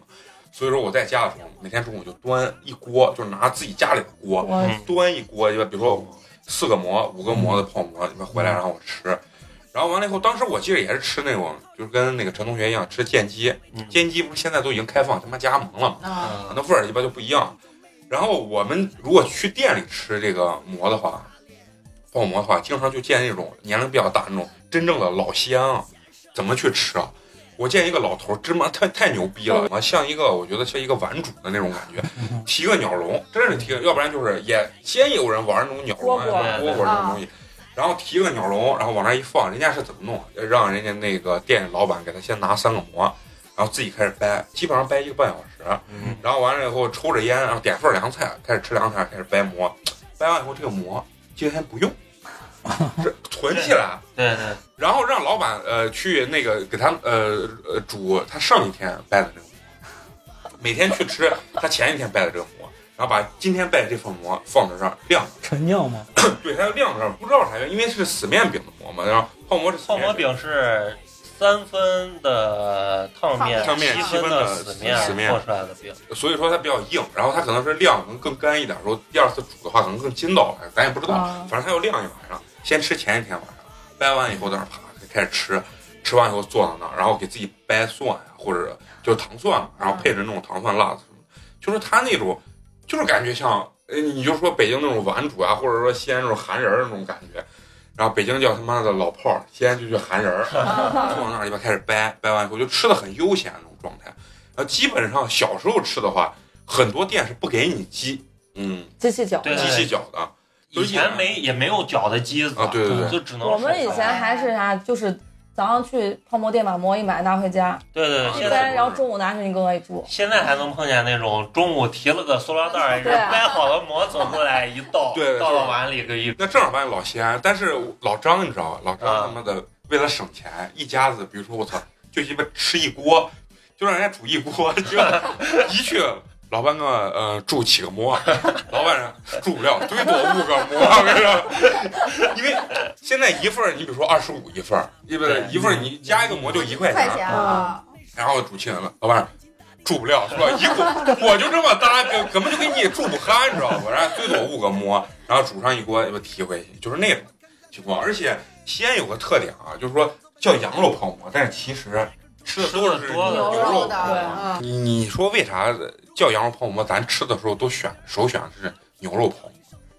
Speaker 2: 所以说我在家的时候，每天中午就端一锅，就是拿自己家里的锅
Speaker 4: 我
Speaker 5: 嗯
Speaker 2: 端一锅，就比如说四个馍、五个馍的泡馍，你们回
Speaker 5: 嗯
Speaker 2: 来然后我吃。然后完了以后，当时我记得也是吃那种，就是跟那个陈同学一样吃煎鸡，
Speaker 5: 嗯
Speaker 2: 煎鸡不是现在都已经开放他妈加盟了吗？
Speaker 4: 啊，
Speaker 2: 啊
Speaker 5: 嗯
Speaker 2: 那味儿鸡巴就不一样。然后我们如果去店里吃这个馍的话，泡馍的话，经常就见那种年龄比较大那种真正的老西安啊，怎么去吃啊？我见一个老头儿，真妈太太牛逼了，像一个我觉得像一个玩主的那种感觉，提个鸟笼，真是提个，要不然就是也先有人玩那种鸟笼啊，
Speaker 4: 蝈
Speaker 2: 蝈
Speaker 4: 蝈
Speaker 2: 蝈这种东西，然后提个鸟笼，然后往那一放，人家是怎么弄？让人家那个店里老板给他先拿三个馍，然后自己开始掰，基本上掰一个半小时，
Speaker 5: 嗯
Speaker 2: 然后完了以后抽着烟，然后点份凉菜，开始吃凉菜，开始掰馍，掰完以后这个馍今天不用，这囤起来，
Speaker 5: 对对，
Speaker 2: 然后让老板呃去那个给他呃呃煮他上一天掰的这个馍，每天去吃他前一天掰的这个馍，然后把今天掰的这份馍放在这儿晾着，
Speaker 6: 陈酿嘛，
Speaker 2: 对，它就晾在这儿，不知道啥原因，因为是死面饼的馍嘛，然后泡馍是死
Speaker 5: 泡
Speaker 2: 面
Speaker 5: 馍饼是三分的烫面，
Speaker 2: 烫面
Speaker 5: 七
Speaker 2: 七分的
Speaker 5: 死
Speaker 2: 死面
Speaker 5: 做出来的饼。
Speaker 2: 所以说它比较硬，然后它可能是晾，可能更干一点，说第二次煮的话可能更筋道了，咱也不知道，
Speaker 4: 啊
Speaker 2: 反正它要晾一晚上，先吃前一天晚上，掰完以后在那儿啪开始吃，吃完以后坐到那儿，然后给自己掰蒜呀，或者就是糖蒜啊嘛，然后配着那种糖蒜辣子什么的，就是它那种，就是感觉像，呃你就说北京那种碗主啊，或者说西安那种韩人儿那种感觉。然后北京叫他妈的老炮儿，西安就叫韩人儿， 坐到那儿里边开始掰，掰完以后就吃的很悠闲那种状态。呃，基本上小时候吃的话，很多店是不给你鸡，嗯，
Speaker 4: 机器搅。
Speaker 5: 对
Speaker 2: 机器搅的
Speaker 5: 以前没也没有搅的机子
Speaker 2: 啊，对对对，
Speaker 5: 就只能
Speaker 4: 我们以
Speaker 5: 手
Speaker 4: 前
Speaker 5: 擀
Speaker 4: 还是啥，就是早上去泡馍店把馍一买拿回家，
Speaker 5: 对对对，
Speaker 4: 一
Speaker 5: 现在
Speaker 4: 掰，然后中午拿去你跟我一煮。
Speaker 5: 现在还能碰见那种中午提了个塑料袋儿，人
Speaker 4: 对啊
Speaker 5: 掰好了馍走过来一倒
Speaker 2: 对，
Speaker 5: 倒
Speaker 2: 就是
Speaker 5: 到碗里个一
Speaker 2: 那正儿八经老西安，但是老张你知道吧？老
Speaker 5: 啊
Speaker 2: 张他妈的为了省钱，一家子，比如说我操，就鸡巴吃一锅，就让人家煮一锅，就一去。老板给我呃煮几个馍，老板煮不了，堆多五个馍，我跟你说，因为现在一份儿你比如说二十五一份儿，一不是
Speaker 5: 对嗯
Speaker 2: 一份儿你加一个馍就一块
Speaker 3: 块
Speaker 2: 钱，
Speaker 3: 钱
Speaker 4: 啊
Speaker 3: 啊，
Speaker 2: 然后主持人了，老板住不了是吧？一股我就这么搭，根根本就给你住不憨，你知道吧？然后最多五个馍，然后煮上一锅就提回去，就是那种情况。而且西安有个特点啊，就是说叫羊肉泡馍，但是其实吃的都是
Speaker 5: 吃的多
Speaker 2: 牛
Speaker 5: 的
Speaker 2: 肉
Speaker 3: 肉
Speaker 2: 泡
Speaker 3: 的，
Speaker 2: 馍。
Speaker 3: 嗯，
Speaker 2: 你你说为啥叫羊肉泡馍？咱吃的时候都选首选是牛肉泡馍。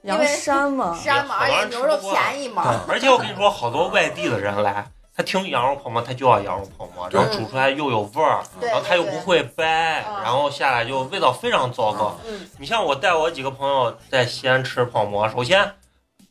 Speaker 4: 羊膻嘛，
Speaker 3: 山啊嘛，而且牛肉便宜嘛，
Speaker 5: 而且我跟你说，好多外地的人来，他听羊肉泡馍，他就要羊肉泡馍，
Speaker 2: 对
Speaker 5: 然后煮出来又有味儿，
Speaker 3: 对，
Speaker 5: 然后他又不会掰，
Speaker 3: 嗯
Speaker 5: 然后下来就味道非常糟糕。
Speaker 3: 嗯
Speaker 5: 你像我带我几个朋友在西安吃泡馍，首先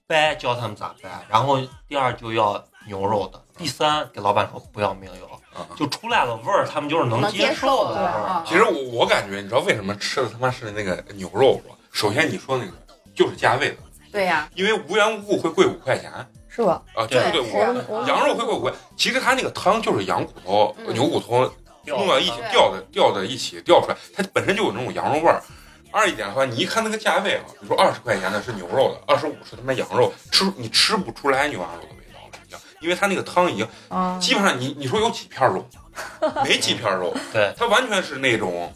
Speaker 5: 掰教他们咋掰，然后第二就要牛肉的，第三给老板说不要明油
Speaker 2: 嗯，
Speaker 5: 就出来了味儿，他们就是能
Speaker 3: 能
Speaker 5: 接
Speaker 3: 接
Speaker 5: 受
Speaker 3: 受
Speaker 5: 的
Speaker 3: 的
Speaker 5: 味儿
Speaker 3: 嗯。
Speaker 2: 其实我我感觉，你知道为什么吃的他妈是那个牛肉不？首先你说那个就是价位的，
Speaker 3: 对，对呀，
Speaker 2: 因为无缘无故会贵五块钱啊，
Speaker 4: 是吧？
Speaker 2: 对不
Speaker 3: 对
Speaker 2: 对？
Speaker 3: 是
Speaker 2: 我羊肉会不会？其实它那个汤就是羊骨头、
Speaker 3: 嗯
Speaker 2: 牛骨头
Speaker 5: 掉
Speaker 2: 弄到一起
Speaker 3: 对
Speaker 2: 掉的掉的一起掉出来，它本身就有那种羊肉味儿。二一点的话，你一看那个价位啊，比如说二十块钱的是牛肉的，二十五是他妈羊肉，吃你吃不出来牛羊肉的味道了，已经，因为它那个汤已经
Speaker 4: 啊，
Speaker 2: 基本上你你说有几片 肉，没几片肉，
Speaker 5: 对，
Speaker 2: 它完全是那种，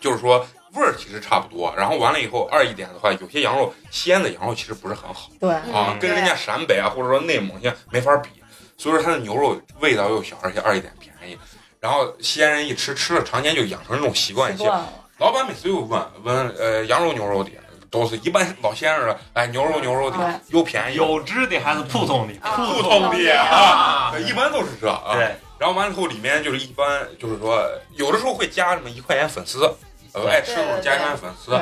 Speaker 2: 就是说味儿其实差不多。然后完了以后，二一点的话，有些羊肉西安的羊肉其实不是很好。
Speaker 4: 对，
Speaker 2: 啊
Speaker 5: 嗯，
Speaker 2: 跟人家陕北啊，或者说内蒙现在没法比，所以说它的牛肉味道又小，而且二一点便宜。然后西安人一吃，吃了常年就养成这种习惯
Speaker 4: 习
Speaker 2: 性。
Speaker 4: 惯了。
Speaker 2: 老板每次又问问，呃，羊肉牛肉的都是一般老先生的，哎，牛肉牛肉的又便宜又
Speaker 5: 有汁的还是普通的，
Speaker 3: 啊
Speaker 2: 不通的啊，
Speaker 5: 啊
Speaker 2: 一般都是这啊。
Speaker 5: 对，
Speaker 2: 然后完了以后，里面就是一般就是说，有的时候会加什么一块钱粉丝，呃，
Speaker 5: 对
Speaker 2: 爱吃的时候加一块钱粉丝
Speaker 4: 对。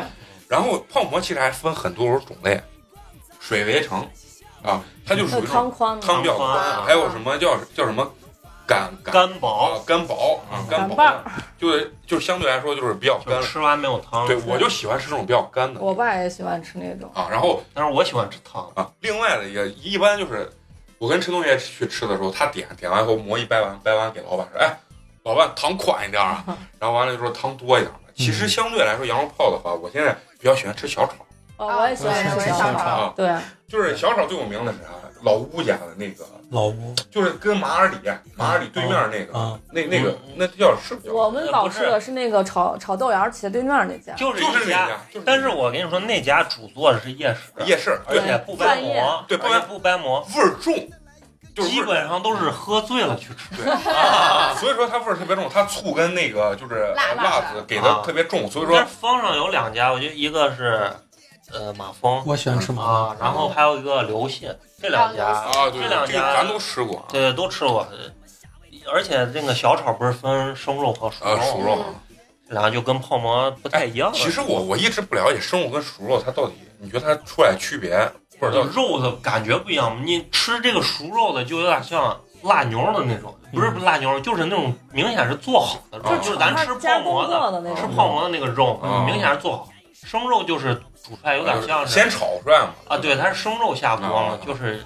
Speaker 2: 然后泡馍其实还分很多种类，水围城啊，它就属于那种
Speaker 4: 汤宽嘛，
Speaker 2: 汤比较
Speaker 5: 汤宽
Speaker 2: 宽，
Speaker 5: 啊
Speaker 2: 还有什么叫叫什么干干
Speaker 5: 干薄，
Speaker 2: 啊干薄啊干
Speaker 4: 干
Speaker 2: 薄
Speaker 4: 拌，
Speaker 2: 就是就是相对来说就是比较
Speaker 5: 就
Speaker 2: 干。
Speaker 5: 吃完没有汤。
Speaker 2: 对，我就喜欢吃这种比较干的
Speaker 4: 我爸也喜欢吃那种。
Speaker 2: 啊。然后
Speaker 5: 但是我喜欢吃汤。
Speaker 2: 啊，另外的也一般就是，我跟陈同学去吃的时候，他点点完以后馍一掰完，掰完给老板说，哎，老板汤宽一点啊。 然后完了就说汤多一点吧。其
Speaker 6: 嗯
Speaker 2: 实相对来说，羊肉泡的话，我现在比较喜欢吃小炒，
Speaker 4: 哦，
Speaker 3: 啊
Speaker 4: 我也喜欢
Speaker 3: 对
Speaker 4: 吃
Speaker 3: 我也
Speaker 4: 小
Speaker 3: 喜
Speaker 4: 炒
Speaker 3: 欢
Speaker 4: 儿。
Speaker 3: 炒
Speaker 2: 啊。
Speaker 4: 对，
Speaker 2: 就是小炒最有名的是啥？老乌家的那个，
Speaker 6: 老吴
Speaker 2: 就是跟马尔里马尔里对面那个，
Speaker 6: 啊，
Speaker 2: 那那个
Speaker 5: 嗯
Speaker 2: 那叫是不叫？
Speaker 4: 我们老吃的是那个炒炒豆芽儿斜对面儿那家，
Speaker 5: 就是
Speaker 2: 就是那
Speaker 5: 一家，
Speaker 2: 家，就是那家
Speaker 5: 但是我跟你说，那家主做的是夜市，
Speaker 2: 夜市
Speaker 5: 而
Speaker 2: 对
Speaker 5: 且不掰
Speaker 4: 专业
Speaker 5: 馍，
Speaker 2: 对不掰
Speaker 5: 而且不掰馍，
Speaker 2: 味儿重，就是味
Speaker 5: 基
Speaker 2: 儿啊
Speaker 5: 本上都是喝醉了去吃。
Speaker 2: 所以说它味儿特别重，它醋跟那个就是
Speaker 3: 辣辣
Speaker 2: 辣
Speaker 3: 的
Speaker 2: 子给
Speaker 6: 啊
Speaker 2: 的特别重，所以
Speaker 5: 但
Speaker 2: 说
Speaker 5: 是方上有两家，我觉得一个是呃马蜂
Speaker 6: 我喜欢
Speaker 2: 嗯
Speaker 6: 吃麻
Speaker 5: 啊，然后还有一个刘信，这两
Speaker 3: 啊
Speaker 5: 家，
Speaker 2: 啊，对，这
Speaker 5: 这
Speaker 2: 个
Speaker 5: 两家
Speaker 2: 咱都吃过啊，
Speaker 5: 对，都吃过。而且这个小炒不是分生肉和熟
Speaker 2: 啊，熟
Speaker 5: 肉，
Speaker 2: 肉啊。
Speaker 5: 然后就跟泡馍不太一样了。
Speaker 2: 其实我我一直不了解生肉跟熟肉它到底，你觉得它出来区别或者到底
Speaker 5: 肉的感觉不一样，你吃这个熟肉的就有点像辣牛的那种，不
Speaker 2: 嗯
Speaker 5: 是不是辣牛，就是那种明显是做好的肉，
Speaker 2: 啊
Speaker 5: 就是咱吃泡
Speaker 4: 加
Speaker 5: 馍
Speaker 4: 工
Speaker 5: 的，
Speaker 4: 过的那
Speaker 5: 吃
Speaker 4: 种。
Speaker 5: 泡馍的那个肉
Speaker 2: 啊，
Speaker 5: 明显是做好。生肉就是煮出来有点像
Speaker 2: 呃先
Speaker 5: 是
Speaker 2: 炒出来嘛
Speaker 5: 啊，对，它是生肉下锅
Speaker 2: 啊
Speaker 5: 嘛，就是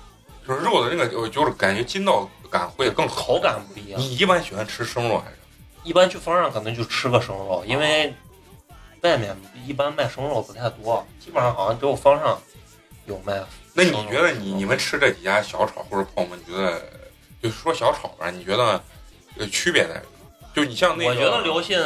Speaker 2: 就是肉的那个就是感觉筋道感会更好。
Speaker 5: 口感不一样。
Speaker 2: 你一般喜欢吃生肉还是？
Speaker 5: 一般去方上可能就吃个生肉，因为外面一般卖生肉不太多，基本上好像只有方上有卖。
Speaker 2: 那你觉得你你们吃这几家小炒或者泡馍，你觉得就说小炒吧，你觉得呃区别在于哪？就你像那个，
Speaker 5: 我觉得刘信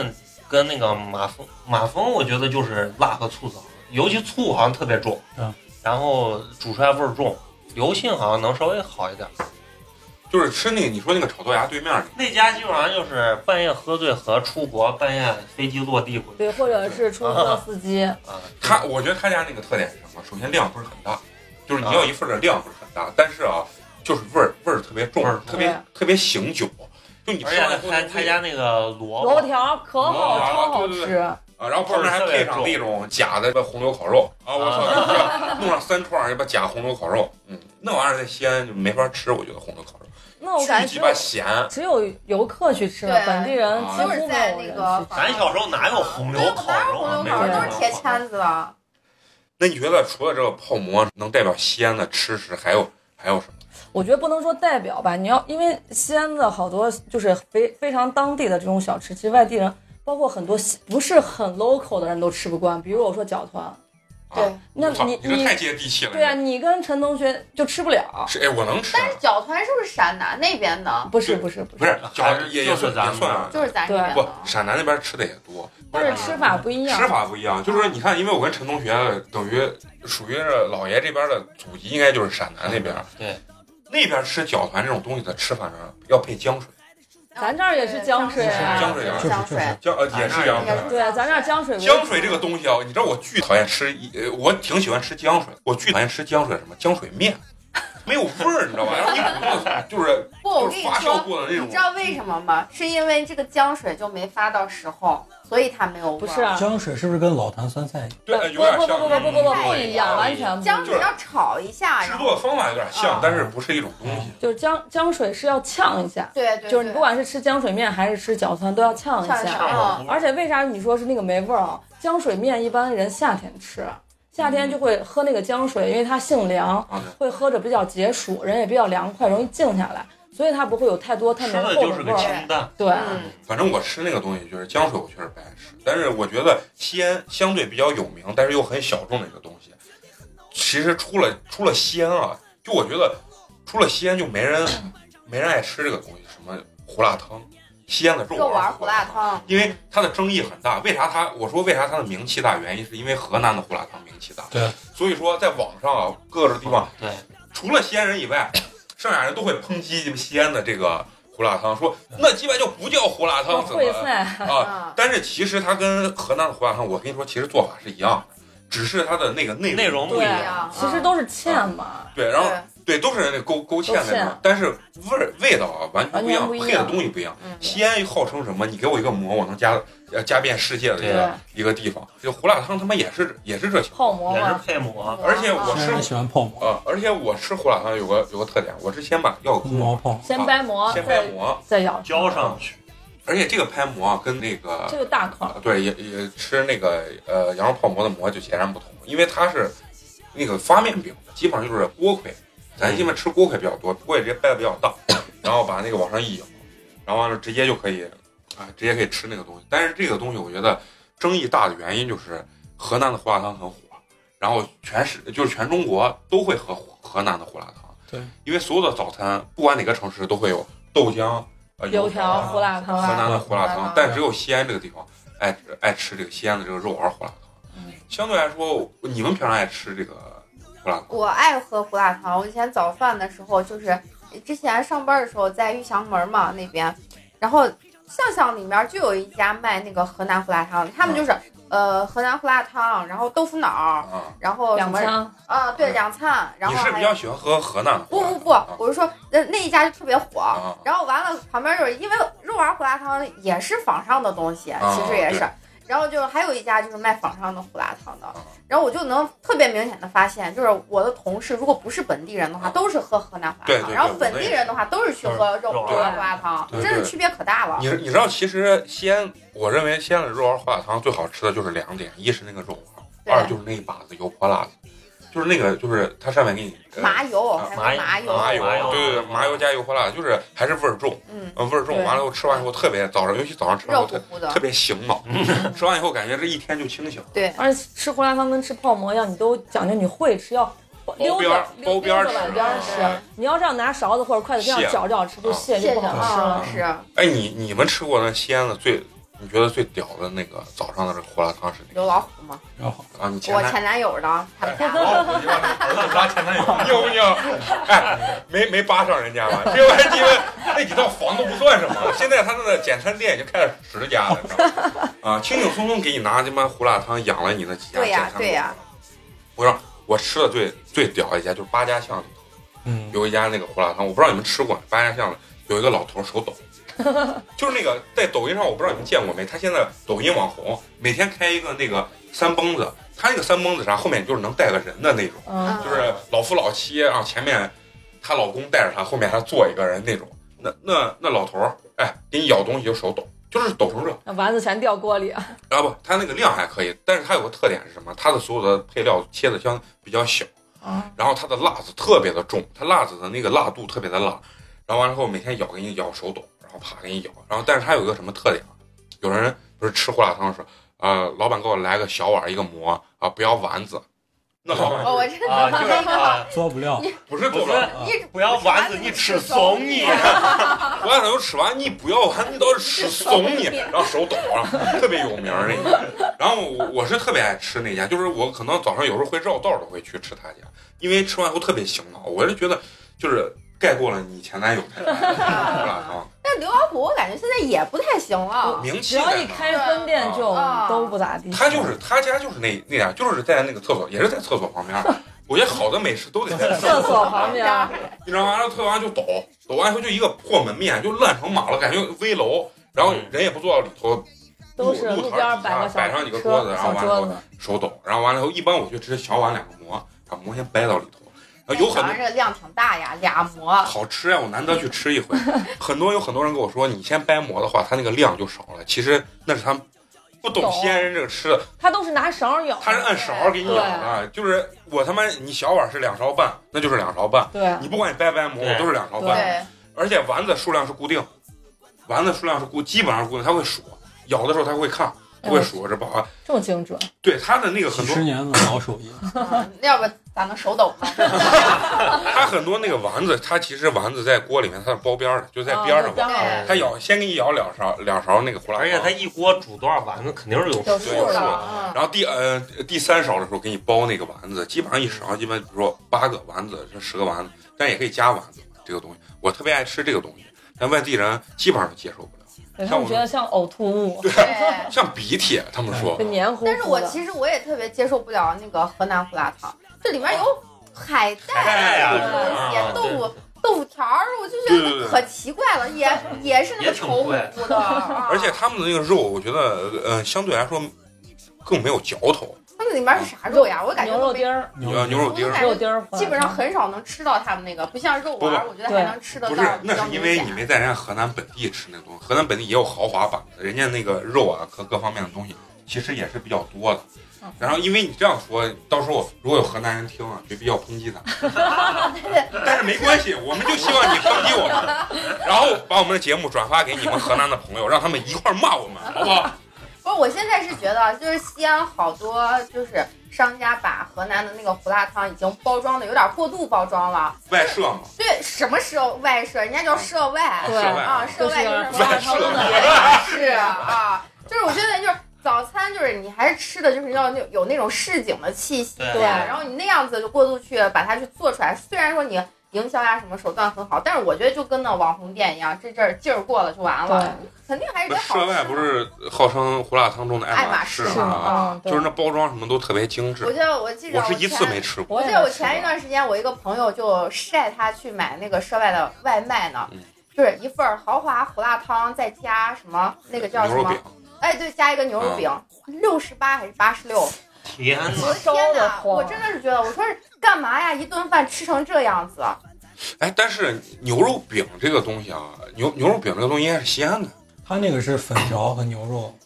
Speaker 5: 跟那个马蜂，马蜂我觉得就是辣和醋糟，尤其醋好像特别重，
Speaker 6: 嗯
Speaker 5: 然后煮出来味儿重。刘信好像能稍微好一点，
Speaker 2: 就是吃那个你说那个炒豆芽对面那个
Speaker 5: 那家基本上就是半夜喝醉和出国，半夜飞机落地回去
Speaker 4: 对，或者是出租车司机，
Speaker 5: 啊。
Speaker 2: 他，我觉得他家那个特点是什么？首先量不是很大，就是
Speaker 5: 啊
Speaker 2: 你要一份儿的量不是很大，但是啊，就是味儿味儿特别重
Speaker 5: 味儿，重
Speaker 2: 特别
Speaker 4: 对
Speaker 2: 特别醒酒。就你
Speaker 5: 而
Speaker 2: 吃
Speaker 5: 且
Speaker 2: 完以后
Speaker 5: 他他家那个萝
Speaker 4: 油
Speaker 5: 卜，
Speaker 4: 条儿可好，超好
Speaker 2: 对对
Speaker 4: 吃。
Speaker 2: 啊，然后旁边还配上那种假的红柳烤肉啊，我操，就是 弄上三串儿一把假红柳烤肉，嗯，那玩意儿在西安就没法吃，我觉得红柳烤肉
Speaker 4: 那我
Speaker 2: 巨
Speaker 4: 感觉
Speaker 2: 鸡
Speaker 4: 只
Speaker 2: 巴
Speaker 4: 有
Speaker 2: 咸，
Speaker 4: 只有游客去吃了，
Speaker 3: 对
Speaker 4: 本地人
Speaker 2: 啊
Speaker 4: 几
Speaker 3: 都是
Speaker 4: 乎没
Speaker 3: 在
Speaker 4: 有
Speaker 3: 那
Speaker 4: 人
Speaker 3: 个
Speaker 4: 去吃。
Speaker 5: 咱小时候哪有红
Speaker 3: 对
Speaker 5: 柳
Speaker 3: 不
Speaker 5: 烤
Speaker 3: 当然
Speaker 5: 肉
Speaker 3: 红
Speaker 5: 啊？
Speaker 3: 柳
Speaker 5: 没
Speaker 3: 烤
Speaker 5: 有
Speaker 3: 肉都是铁
Speaker 5: 烤肉
Speaker 3: 签子了。
Speaker 2: 那你觉得除了这个泡馍能代表西安的吃食，还有还有什么？
Speaker 4: 我觉得不能说代表吧，你要因为西安的好多就是非非常当地的这种小吃，其实外地人包括很多西不是很 local 的人都吃不惯。比如我说饺团，
Speaker 2: 啊，
Speaker 3: 对
Speaker 4: 那
Speaker 2: 我操
Speaker 4: 你
Speaker 2: 你这太接地气了，
Speaker 4: 对啊，你跟陈同学就吃不了。
Speaker 2: 是哎，我能吃，
Speaker 3: 但是饺团是不是陕南那边的？
Speaker 4: 不是不是不
Speaker 2: 不
Speaker 4: 是，
Speaker 2: 是，饺
Speaker 5: 还
Speaker 2: 子
Speaker 5: 是
Speaker 2: 也也
Speaker 5: 就
Speaker 2: 算
Speaker 5: 是咱
Speaker 2: 也
Speaker 5: 们
Speaker 2: 算
Speaker 5: 的
Speaker 2: 啊，
Speaker 3: 就是咱这
Speaker 4: 对
Speaker 3: 边
Speaker 2: 不
Speaker 3: 的，。
Speaker 2: 陕南那边吃的也多，
Speaker 4: 但是吃法不一样。
Speaker 2: 吃法不一样。就是说你看，因为我跟陈同学等于属于是老爷这边的祖籍，应该就是陕南那边。
Speaker 5: 对，
Speaker 2: 那边吃饺团这种东西的吃法呢，要配浆水，
Speaker 4: 咱这儿也是江水啊
Speaker 2: 江水啊
Speaker 3: 江水。
Speaker 2: 浆呃也是浆
Speaker 3: 也
Speaker 2: 水
Speaker 3: 是。
Speaker 4: 对，啊咱这儿江水为主
Speaker 2: 浆水这个东西啊，你知道我巨讨厌吃，呃，我挺喜欢吃浆水，我巨讨厌吃浆水什么浆水面，没有味儿，你知道吧？然后一股那种就是
Speaker 3: 不，我
Speaker 2: 就
Speaker 3: 跟
Speaker 2: 是
Speaker 3: 你
Speaker 2: 发酵
Speaker 3: 说，
Speaker 2: 过的那
Speaker 3: 你
Speaker 2: 种
Speaker 3: 知，道为什么吗？是因为这个浆水就没发到时候，所以它没有味儿。
Speaker 4: 不是
Speaker 5: 嗯
Speaker 4: 啊，
Speaker 6: 浆水是不是跟老坛酸菜？
Speaker 2: 对，呃有点
Speaker 4: 不不
Speaker 2: 像
Speaker 4: 不不不不不
Speaker 2: 嗯
Speaker 4: 不一样，完全
Speaker 3: 浆
Speaker 4: 不一
Speaker 3: 水
Speaker 4: 样。
Speaker 3: 要炒一下，
Speaker 2: 制
Speaker 3: 然
Speaker 2: 作
Speaker 3: 后
Speaker 2: 方法有点像
Speaker 3: 啊，
Speaker 2: 但是不是一种东西。
Speaker 4: 就是江江水是要呛一下，
Speaker 3: 对对，
Speaker 4: 就是你
Speaker 3: 对
Speaker 4: 不管是吃江水面还是吃饺团都要呛一
Speaker 3: 呛一
Speaker 4: 下
Speaker 3: 下。啊
Speaker 4: 而且为啥你说是那个没味儿啊？江水面一般人夏天吃，夏天就会喝那个江水，因为它性凉，
Speaker 2: 啊，
Speaker 4: 会喝着比较解暑，人也比较凉快，容易静下来，所以它不会有太多太
Speaker 5: 啊吃
Speaker 4: 浓
Speaker 5: 的
Speaker 4: 厚
Speaker 5: 就是
Speaker 4: 的味
Speaker 5: 个
Speaker 4: 儿。
Speaker 5: 清淡，
Speaker 4: 对，
Speaker 3: 嗯，
Speaker 2: 反正我吃那个东西就是浆水，我确实不爱吃。但是我觉得西安相对比较有名，但是又很小众的一个东西，其实出了出了西安啊，就我觉得出了西安就没人没人爱吃这个东西，什么胡辣汤，西安的肉
Speaker 3: 肉
Speaker 2: 丸
Speaker 3: 丸胡辣，汤，
Speaker 2: 因为它的争议很大。为啥它我说为啥它的名气大？原因是因为河南的胡辣汤名气大。
Speaker 6: 对，
Speaker 2: 所以说在网上啊，各个地方
Speaker 5: 对，
Speaker 2: 除了西安人以外，剩下人都会抨击西安的这个胡辣汤，说那鸡巴就不叫胡辣汤，怎么
Speaker 4: 哦会菜
Speaker 2: 啊？
Speaker 3: 啊，
Speaker 2: 但是其实它跟河南的胡辣汤，我跟你说，其实做法是一样的，只是它的那个内
Speaker 5: 内容不
Speaker 4: 一
Speaker 5: 一
Speaker 4: 样
Speaker 5: 样。嗯
Speaker 3: 样
Speaker 4: 其实都是芡嘛。
Speaker 2: 对，然后对，
Speaker 3: 对
Speaker 2: 都是那勾勾芡
Speaker 4: 勾
Speaker 2: 那
Speaker 4: 芡
Speaker 2: 种，但是味儿味道啊完全不一样，
Speaker 4: 完全不一样
Speaker 2: 配的东西不一样。
Speaker 3: 嗯，
Speaker 2: 西安号称什么？你给我一个馍，我能加呃加遍世界的一
Speaker 5: 对
Speaker 2: 个一个地方。就胡辣汤他妈也是也是这些
Speaker 4: 泡馍
Speaker 5: 也是
Speaker 4: 嘛，
Speaker 5: 配馍，
Speaker 2: 而且
Speaker 4: 哦
Speaker 2: 我
Speaker 6: 西安人喜欢泡馍，
Speaker 2: 啊！而且我吃胡辣汤有个有个特点，我是先把要
Speaker 5: 嗯
Speaker 6: 红
Speaker 2: 馍
Speaker 6: 馍泡馍。
Speaker 4: 先掰馍，
Speaker 2: 先掰
Speaker 4: 再
Speaker 2: 馍，
Speaker 4: 再咬
Speaker 5: 浇上去，
Speaker 2: 而且这个拍馍啊跟那个
Speaker 4: 这个大块儿，
Speaker 2: 对也也吃那个呃羊肉泡馍的馍就截然不同，因为它是那个发面饼，基本上就是锅盔，咱一般吃锅盔比较多，锅盔直接掰的比较大， 然后把那个往上一咬，然后完了直接就可以啊、直接可以吃那个东西。但是这个东西我觉得争议大的原因就是河南的胡辣汤很火，然后全是就是全中国都会喝胡河南的胡辣汤，
Speaker 6: 对，
Speaker 2: 因为所有的早餐不管哪个城市都会有豆浆、呃、
Speaker 4: 油条、
Speaker 2: 条、
Speaker 4: 胡辣汤
Speaker 2: 河
Speaker 4: 啊，
Speaker 2: 南的胡辣汤，但只有西安这个地方爱吃爱吃这个西安的这个肉丸胡辣汤
Speaker 4: 嗯。
Speaker 2: 相对来说，你们平常爱吃这个胡辣汤，
Speaker 3: 我爱喝胡辣汤。我以前早饭的时候，就是之前上班的时候在玉祥门嘛那边，然后巷巷里面就有一家卖那个河南胡辣汤，他们就是、呃河南胡辣汤，然后豆腐脑，
Speaker 2: 啊？
Speaker 3: 然后什
Speaker 4: 两
Speaker 3: 么
Speaker 4: 枪，
Speaker 3: 啊对两菜，然
Speaker 2: 你
Speaker 3: 后
Speaker 2: 是
Speaker 3: 还
Speaker 2: 比
Speaker 3: 有
Speaker 2: 较喜欢喝河南的胡
Speaker 3: 不
Speaker 2: 辣汤？
Speaker 3: 不不，我是说那那一家就特别火
Speaker 2: 啊，
Speaker 3: 然后完了旁边就是因为肉丸胡辣汤也是仿上的东西，
Speaker 2: 啊
Speaker 3: 其实也是
Speaker 2: 对。
Speaker 3: 然后就还有一家就是卖仿上的胡辣汤的
Speaker 2: 啊，
Speaker 3: 然后我就能特别明显的发现，就是我的同事如果不是本地人的话，
Speaker 2: 啊
Speaker 3: 都是喝河南胡
Speaker 2: 对
Speaker 3: 辣
Speaker 2: 对对
Speaker 3: 汤，然后本地人的话都是去喝肉
Speaker 5: 肉
Speaker 3: 肉
Speaker 5: 丸
Speaker 3: 丸胡辣汤，
Speaker 2: 对
Speaker 3: 真
Speaker 2: 对
Speaker 3: 是区别可大了
Speaker 2: 啊你。你知道，其实西安，我认为西安的肉丸胡辣汤最好吃的就是两点，一是那个肉
Speaker 3: 对
Speaker 2: 丸，二就是那一把子油泼辣子，就是那个就是它上面给你呃
Speaker 3: 麻油，
Speaker 2: 啊
Speaker 3: 还有麻油，
Speaker 2: 麻油
Speaker 5: 麻油，
Speaker 2: 对对对，麻油加油泼辣子，就是还是味儿重，
Speaker 3: 嗯，
Speaker 2: 呃味儿重。
Speaker 4: 对
Speaker 2: 完了以后吃完以后特别早上，尤其早上吃完以后
Speaker 3: 肉乎
Speaker 2: 特
Speaker 3: 乎的
Speaker 2: 特，别醒脑，吃完以后感觉这一天就清醒。
Speaker 3: 对，
Speaker 4: 而且吃胡辣汤跟吃泡馍一样，你都讲
Speaker 3: 嗯
Speaker 4: 究你会吃，要溜
Speaker 2: 边儿
Speaker 4: 着
Speaker 2: 包
Speaker 4: 溜
Speaker 2: 边
Speaker 4: 溜
Speaker 2: 儿
Speaker 4: 着
Speaker 2: 吃嗯
Speaker 4: 往边儿
Speaker 2: 啊
Speaker 4: 吃。你要这样拿勺子或者筷子这样
Speaker 2: 蟹
Speaker 4: 搅着吃，就蟹
Speaker 3: 谢谢
Speaker 4: 就不好吃
Speaker 3: 啊
Speaker 4: 了，。
Speaker 3: 是
Speaker 2: 哎，你你们吃过那西安的最，你觉得最屌的那个早上的这个胡辣汤是哪
Speaker 3: 刘老虎嘛，
Speaker 6: 然后
Speaker 2: 个？啊，你前
Speaker 3: 我
Speaker 2: 台
Speaker 3: 前男友的，他们家的。
Speaker 5: 老虎就让你儿子抓前男 友，
Speaker 2: 牛不牛？哎，没没扒上人家吧？这玩意儿你们那几道防都不算什么。现在他那个简餐店已经开了十家了，你知道吗？啊，轻轻松松给你拿他妈胡辣汤养了你那几家
Speaker 3: 对
Speaker 2: 简
Speaker 3: 呀
Speaker 2: 餐馆
Speaker 3: 对呀
Speaker 2: 我说我吃的最最屌一家就是八家巷里
Speaker 6: 嗯，
Speaker 2: 有一家那个胡辣汤，我不知道你们吃过，八家巷有一个老头手抖，就是那个在抖音上，我不知道你们见过没？他现在抖音网红，每天开一个那个三蹦子，他那个三蹦子啥，后面就是能带个人的那种，
Speaker 4: 嗯，
Speaker 2: 就是老夫老妻啊，前面她老公带着她，后面她坐一个人那种。那那那老头儿，哎，给你咬东西就手抖，就是抖成这。
Speaker 4: 那丸子全掉锅里，
Speaker 2: 啊不，他那个量还可以，但是他有个特点是什么？他的所有的配料切的相比较小，
Speaker 4: 啊，
Speaker 2: 然后它的辣子特别的重，它辣子的那个辣度特别的辣，然后完了后每天咬给你咬手抖，然后啪给你咬，然后但是它有一个什么特点啊？有人不是吃胡辣汤的时候，呃，老板给我来个小碗儿一个馍啊，不要丸子，那老板
Speaker 3: 哦，我真的
Speaker 5: 啊，就是 啊，
Speaker 6: 做不了。
Speaker 2: 不是
Speaker 5: 不
Speaker 2: 做
Speaker 5: 是
Speaker 2: 不了，
Speaker 3: 你
Speaker 5: 不要丸子，你吃怂你，
Speaker 3: 啊
Speaker 5: 啊
Speaker 2: 胡辣汤都吃完你不要丸子，都是吃怂你，然后手抖啊，特别有名儿那个。然后我我是特别爱吃那家，就是我可能早上有时候会绕道儿的会去吃他家，因为吃完后特别醒脑，我是觉得就是盖过了你前男友太难了，胡辣 汤。
Speaker 3: 但刘老虎，我感觉现在也不太行了。
Speaker 2: 啊名气
Speaker 4: 只
Speaker 2: 在哪
Speaker 4: 要
Speaker 2: 儿
Speaker 4: 一开分店就
Speaker 3: 啊
Speaker 4: 都不咋地。
Speaker 2: 嗯他就是他家就是那那样，就是在那个厕所，也是在厕所旁边儿。我觉得好的美食都得在
Speaker 4: 厕所旁边，
Speaker 2: 你知道吗？然后厕所完就抖，抖完以后就一个破门面，就烂成马了，感觉危楼。然后人也不坐到里头，
Speaker 4: 都是
Speaker 2: 路
Speaker 4: 路
Speaker 2: 头
Speaker 4: 边
Speaker 2: 儿
Speaker 4: 儿
Speaker 2: 底
Speaker 4: 摆
Speaker 2: 下
Speaker 4: 个小
Speaker 2: 摆上几个
Speaker 4: 车
Speaker 2: 桌子，然后
Speaker 4: 小
Speaker 2: 完
Speaker 4: 桌
Speaker 2: 了以
Speaker 4: 子
Speaker 2: 后，手抖，然后完了以后一般我就直接小碗两个馍，把馍先掰到里头。然后有很
Speaker 3: 早
Speaker 2: 多
Speaker 3: 上这个量挺大呀，俩馍。
Speaker 2: 好吃呀、我难得去吃一回。很多有很多人跟我说，你先掰馍的话，它那个量就少了。其实那是他们不懂
Speaker 4: 懂
Speaker 2: 西安人这个吃的，
Speaker 4: 他都是拿勺儿舀。
Speaker 2: 他是按勺儿给你舀的，就是我他妈你小碗是两勺半，那就是两勺半，
Speaker 4: 对，啊
Speaker 2: 你不管你掰不掰馍，
Speaker 5: 对
Speaker 2: 我都是两勺半，
Speaker 3: 对，
Speaker 2: 而且丸子数量是固定，丸子数量是固，基本上是固定，他会数，咬的时候他会看，他会数这不好，
Speaker 4: 这么精准，
Speaker 2: 对他的那个
Speaker 6: 几
Speaker 2: 很
Speaker 6: 十
Speaker 2: 多，
Speaker 6: 年的老手艺，
Speaker 3: 嗯要不咋能手 抖呢？
Speaker 2: 他很多那个丸子，他其实丸子在锅里面，它是包边儿的，就在边儿
Speaker 4: 啊哦
Speaker 2: 上包，
Speaker 3: 对
Speaker 2: 他咬先给你咬两勺两勺那个胡辣
Speaker 5: 而且他
Speaker 2: 汤，
Speaker 5: 一锅煮多少丸子肯定是有
Speaker 4: 有
Speaker 5: 数
Speaker 4: 数
Speaker 5: 的，
Speaker 3: 了。嗯
Speaker 2: 然后第呃第三勺的时候给你包那个丸子，基本上一勺，基本比如说八个丸子，这十个丸子，但也可以加丸子这个东西，我特别爱吃这个东西，但外地人基本上都接受不了，
Speaker 4: 对
Speaker 2: 像
Speaker 4: 他们
Speaker 2: 我
Speaker 4: 觉得像呕吐物，
Speaker 3: 嗯 对，
Speaker 2: 像鼻涕，他们说
Speaker 4: 就黏糊糊的。
Speaker 3: 但是我其实我也特别接受不了那个河南胡辣汤，这里面有海
Speaker 5: 海带
Speaker 3: 带
Speaker 5: 啊
Speaker 3: 什么东
Speaker 5: 是吧
Speaker 3: 西，豆腐豆腐条儿，我就
Speaker 2: 对
Speaker 3: 觉
Speaker 2: 对对
Speaker 3: 得可奇怪了，也 也是那
Speaker 5: 也
Speaker 3: 么
Speaker 5: 挺
Speaker 3: 稠乎
Speaker 5: 贵
Speaker 3: 乎 的，啊
Speaker 2: 而且他们的那个肉，我觉得呃相对来说更没有嚼头，
Speaker 3: 它那里面是啥肉呀？我感觉
Speaker 4: 牛
Speaker 3: 都
Speaker 4: 肉
Speaker 3: 没
Speaker 4: 丁儿，
Speaker 2: 你要牛
Speaker 6: 肉
Speaker 2: 肉丁儿
Speaker 3: 我感觉
Speaker 4: 肉丁儿，
Speaker 3: 基本上很少能吃到他们那个，不像肉丸儿，我觉得还能吃得
Speaker 2: 嗯不
Speaker 3: 到。
Speaker 2: 是，那是因为你没在人家河南本地吃那东西，河南本地也有豪华版的，人家那个肉啊和各方面的东西其实也是比较多的。
Speaker 3: 嗯
Speaker 2: 然后因为你这样说，到时候如果有河南人听啊，绝逼要抨 击咱们。但是没关系，我们就希望你抨击我 们，然后把我们的节目转发给你们河南的朋友，让他们一块儿骂我们，好不好？
Speaker 3: 不是，我现在是觉得，就是西安好多就是商家把河南的那个胡辣汤已经包装的有点过度包装了。
Speaker 2: 外设嘛，
Speaker 3: 对，什么涉外涉，人家叫涉外，
Speaker 2: 啊
Speaker 4: 对
Speaker 2: 涉外
Speaker 3: 啊，
Speaker 2: 啊，
Speaker 3: 涉外就是
Speaker 4: 就是
Speaker 2: 外
Speaker 3: 外
Speaker 2: 涉
Speaker 3: 是啊，就是我觉得就是早餐就是你还是吃的就是要那有那种市井的气息，啊
Speaker 5: 对
Speaker 4: 对
Speaker 3: 然后你那样子就过度去把它去做出来，虽然说你。营销啊呀，什么手段很好，但是我觉得就跟那网红店一样，这阵儿劲儿过了就完了，肯定还是
Speaker 2: 那
Speaker 3: 得好吃啊
Speaker 2: 涉
Speaker 3: 嘛。
Speaker 2: 外不是号称胡辣汤中的爱
Speaker 3: 爱
Speaker 2: 马
Speaker 3: 马
Speaker 2: 仕
Speaker 3: 仕
Speaker 4: 是
Speaker 2: 嘛啊，
Speaker 4: 嗯，对
Speaker 2: 就是那包装什么都特别精致
Speaker 3: 我。记得我记得
Speaker 2: 我是一次
Speaker 3: 前
Speaker 2: 没吃过，
Speaker 3: 我
Speaker 4: 也
Speaker 3: 记得我
Speaker 4: 没吃过
Speaker 3: 前一段时间，我一个朋友就晒他去买那个涉外的外卖呢
Speaker 2: 嗯，
Speaker 3: 就是一份儿豪华胡辣汤，再加什么那个叫
Speaker 2: 嗯牛
Speaker 3: 什
Speaker 2: 肉
Speaker 3: 么
Speaker 2: 饼？。嗯
Speaker 3: 哎，对，加一个牛肉饼，六十八还是八十六？
Speaker 5: 天哪！
Speaker 3: 我的天
Speaker 4: 的
Speaker 3: 哪！
Speaker 4: 慌啊
Speaker 3: 我真的是觉得，我说是干嘛呀？一顿饭吃成这样子，
Speaker 2: 哎，但是牛肉饼这个东西啊，牛牛肉饼这个东西应该是西安的，
Speaker 6: 他那个是粉条和牛肉，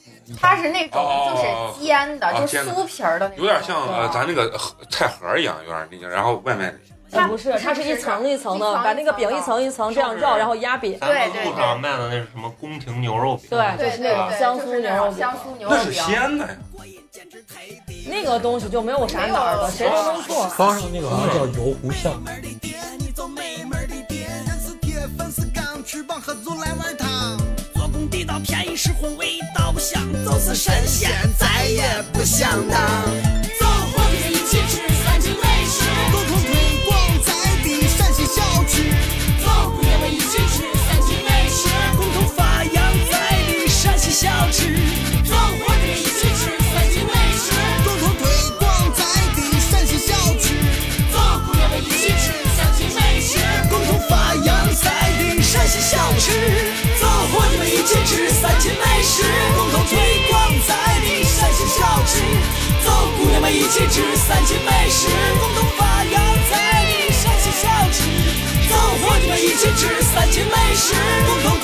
Speaker 3: 它是那种
Speaker 2: 哦
Speaker 3: 就是煎的，
Speaker 2: 哦
Speaker 3: 就
Speaker 2: 煎的
Speaker 3: 酥皮儿的那种，
Speaker 2: 有点像呃
Speaker 4: 对
Speaker 2: 咱那个呃菜盒一样，有点那个，然后外面
Speaker 4: 它不是，它是一层一层的，把那个饼一层一层这样绕，然后压扁。
Speaker 5: 咱们路上卖的那是什么宫廷牛肉饼？
Speaker 4: 对
Speaker 3: 对
Speaker 4: 就是
Speaker 3: 对
Speaker 4: 那种
Speaker 3: 对，
Speaker 4: 啊香
Speaker 3: 就
Speaker 4: 酥
Speaker 3: 是那
Speaker 4: 牛肉
Speaker 3: 种
Speaker 4: 饼
Speaker 3: 香酥牛
Speaker 2: 那
Speaker 3: 肉
Speaker 2: 是
Speaker 3: 饼。
Speaker 2: 西安的呀，
Speaker 4: 那个东西就没有啥哪儿的，谁都能做。
Speaker 6: 方上那个好像叫油糊巷，
Speaker 1: 做工地道，便宜实惠，味道不香，就是神仙，咱也不想当。走，我们一起吃三秦美食，共同推广在地陕西小吃。走，我们一起吃三秦美食，共同发扬在地陕西小吃。走，我们一起吃三秦美食，共同推广在地陕西小吃。走，我们一起吃三秦美食，共同发扬在地陕西小吃。走，伙计们一起吃三秦美食，共同推广在地陕西小吃。走，姑娘们一起吃三秦美食，共同发扬在地陕西小吃。走，伙计们一起吃三秦美食，共同